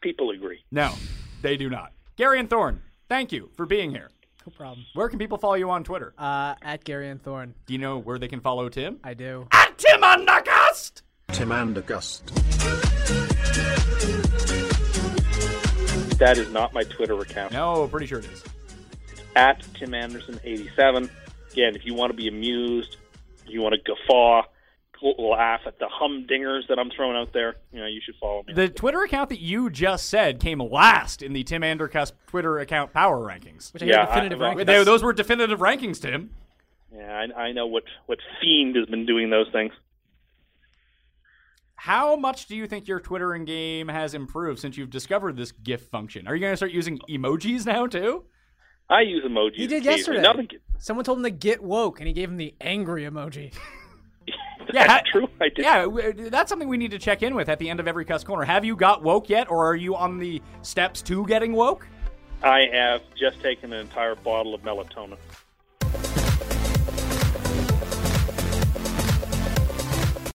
people agree.
No, they do not. Gary and Thorne, thank you for being here.
no problem.
Where can people follow you on Twitter?
Uh, at Gary and Thorne,
Do you know where they can follow Tim?
I do.
At Tim Undergust.
Tim Andergust.
That is not my Twitter account.
No, pretty sure it is.
at Tim Anderson eighty seven. Again, if you want to be amused, you want to guffaw, laugh at the humdingers that I'm throwing out there, you know, you should follow me.
The Twitter account that you just said came last in the Tim Andergust Twitter account power rankings.
Which I
Yeah,
got definitive
I- well,
ranking.
They- those were definitive rankings, Tim.
yeah, I, I know what what fiend has been doing those things.
How much do you think your Twittering game has improved since you've discovered this GIF function? Are you going to start using emojis now too?
I use emojis.
He did
occasionally.
yesterday.
Nothing.
Someone told him to get woke, and he gave him the angry emoji.
That's
Yeah, ha-
true. I did.
Yeah, w- that's something we need to check in with at the end of every cuss corner. Have you got woke yet, or are you on the steps to getting woke?
I have just taken an entire bottle of melatonin.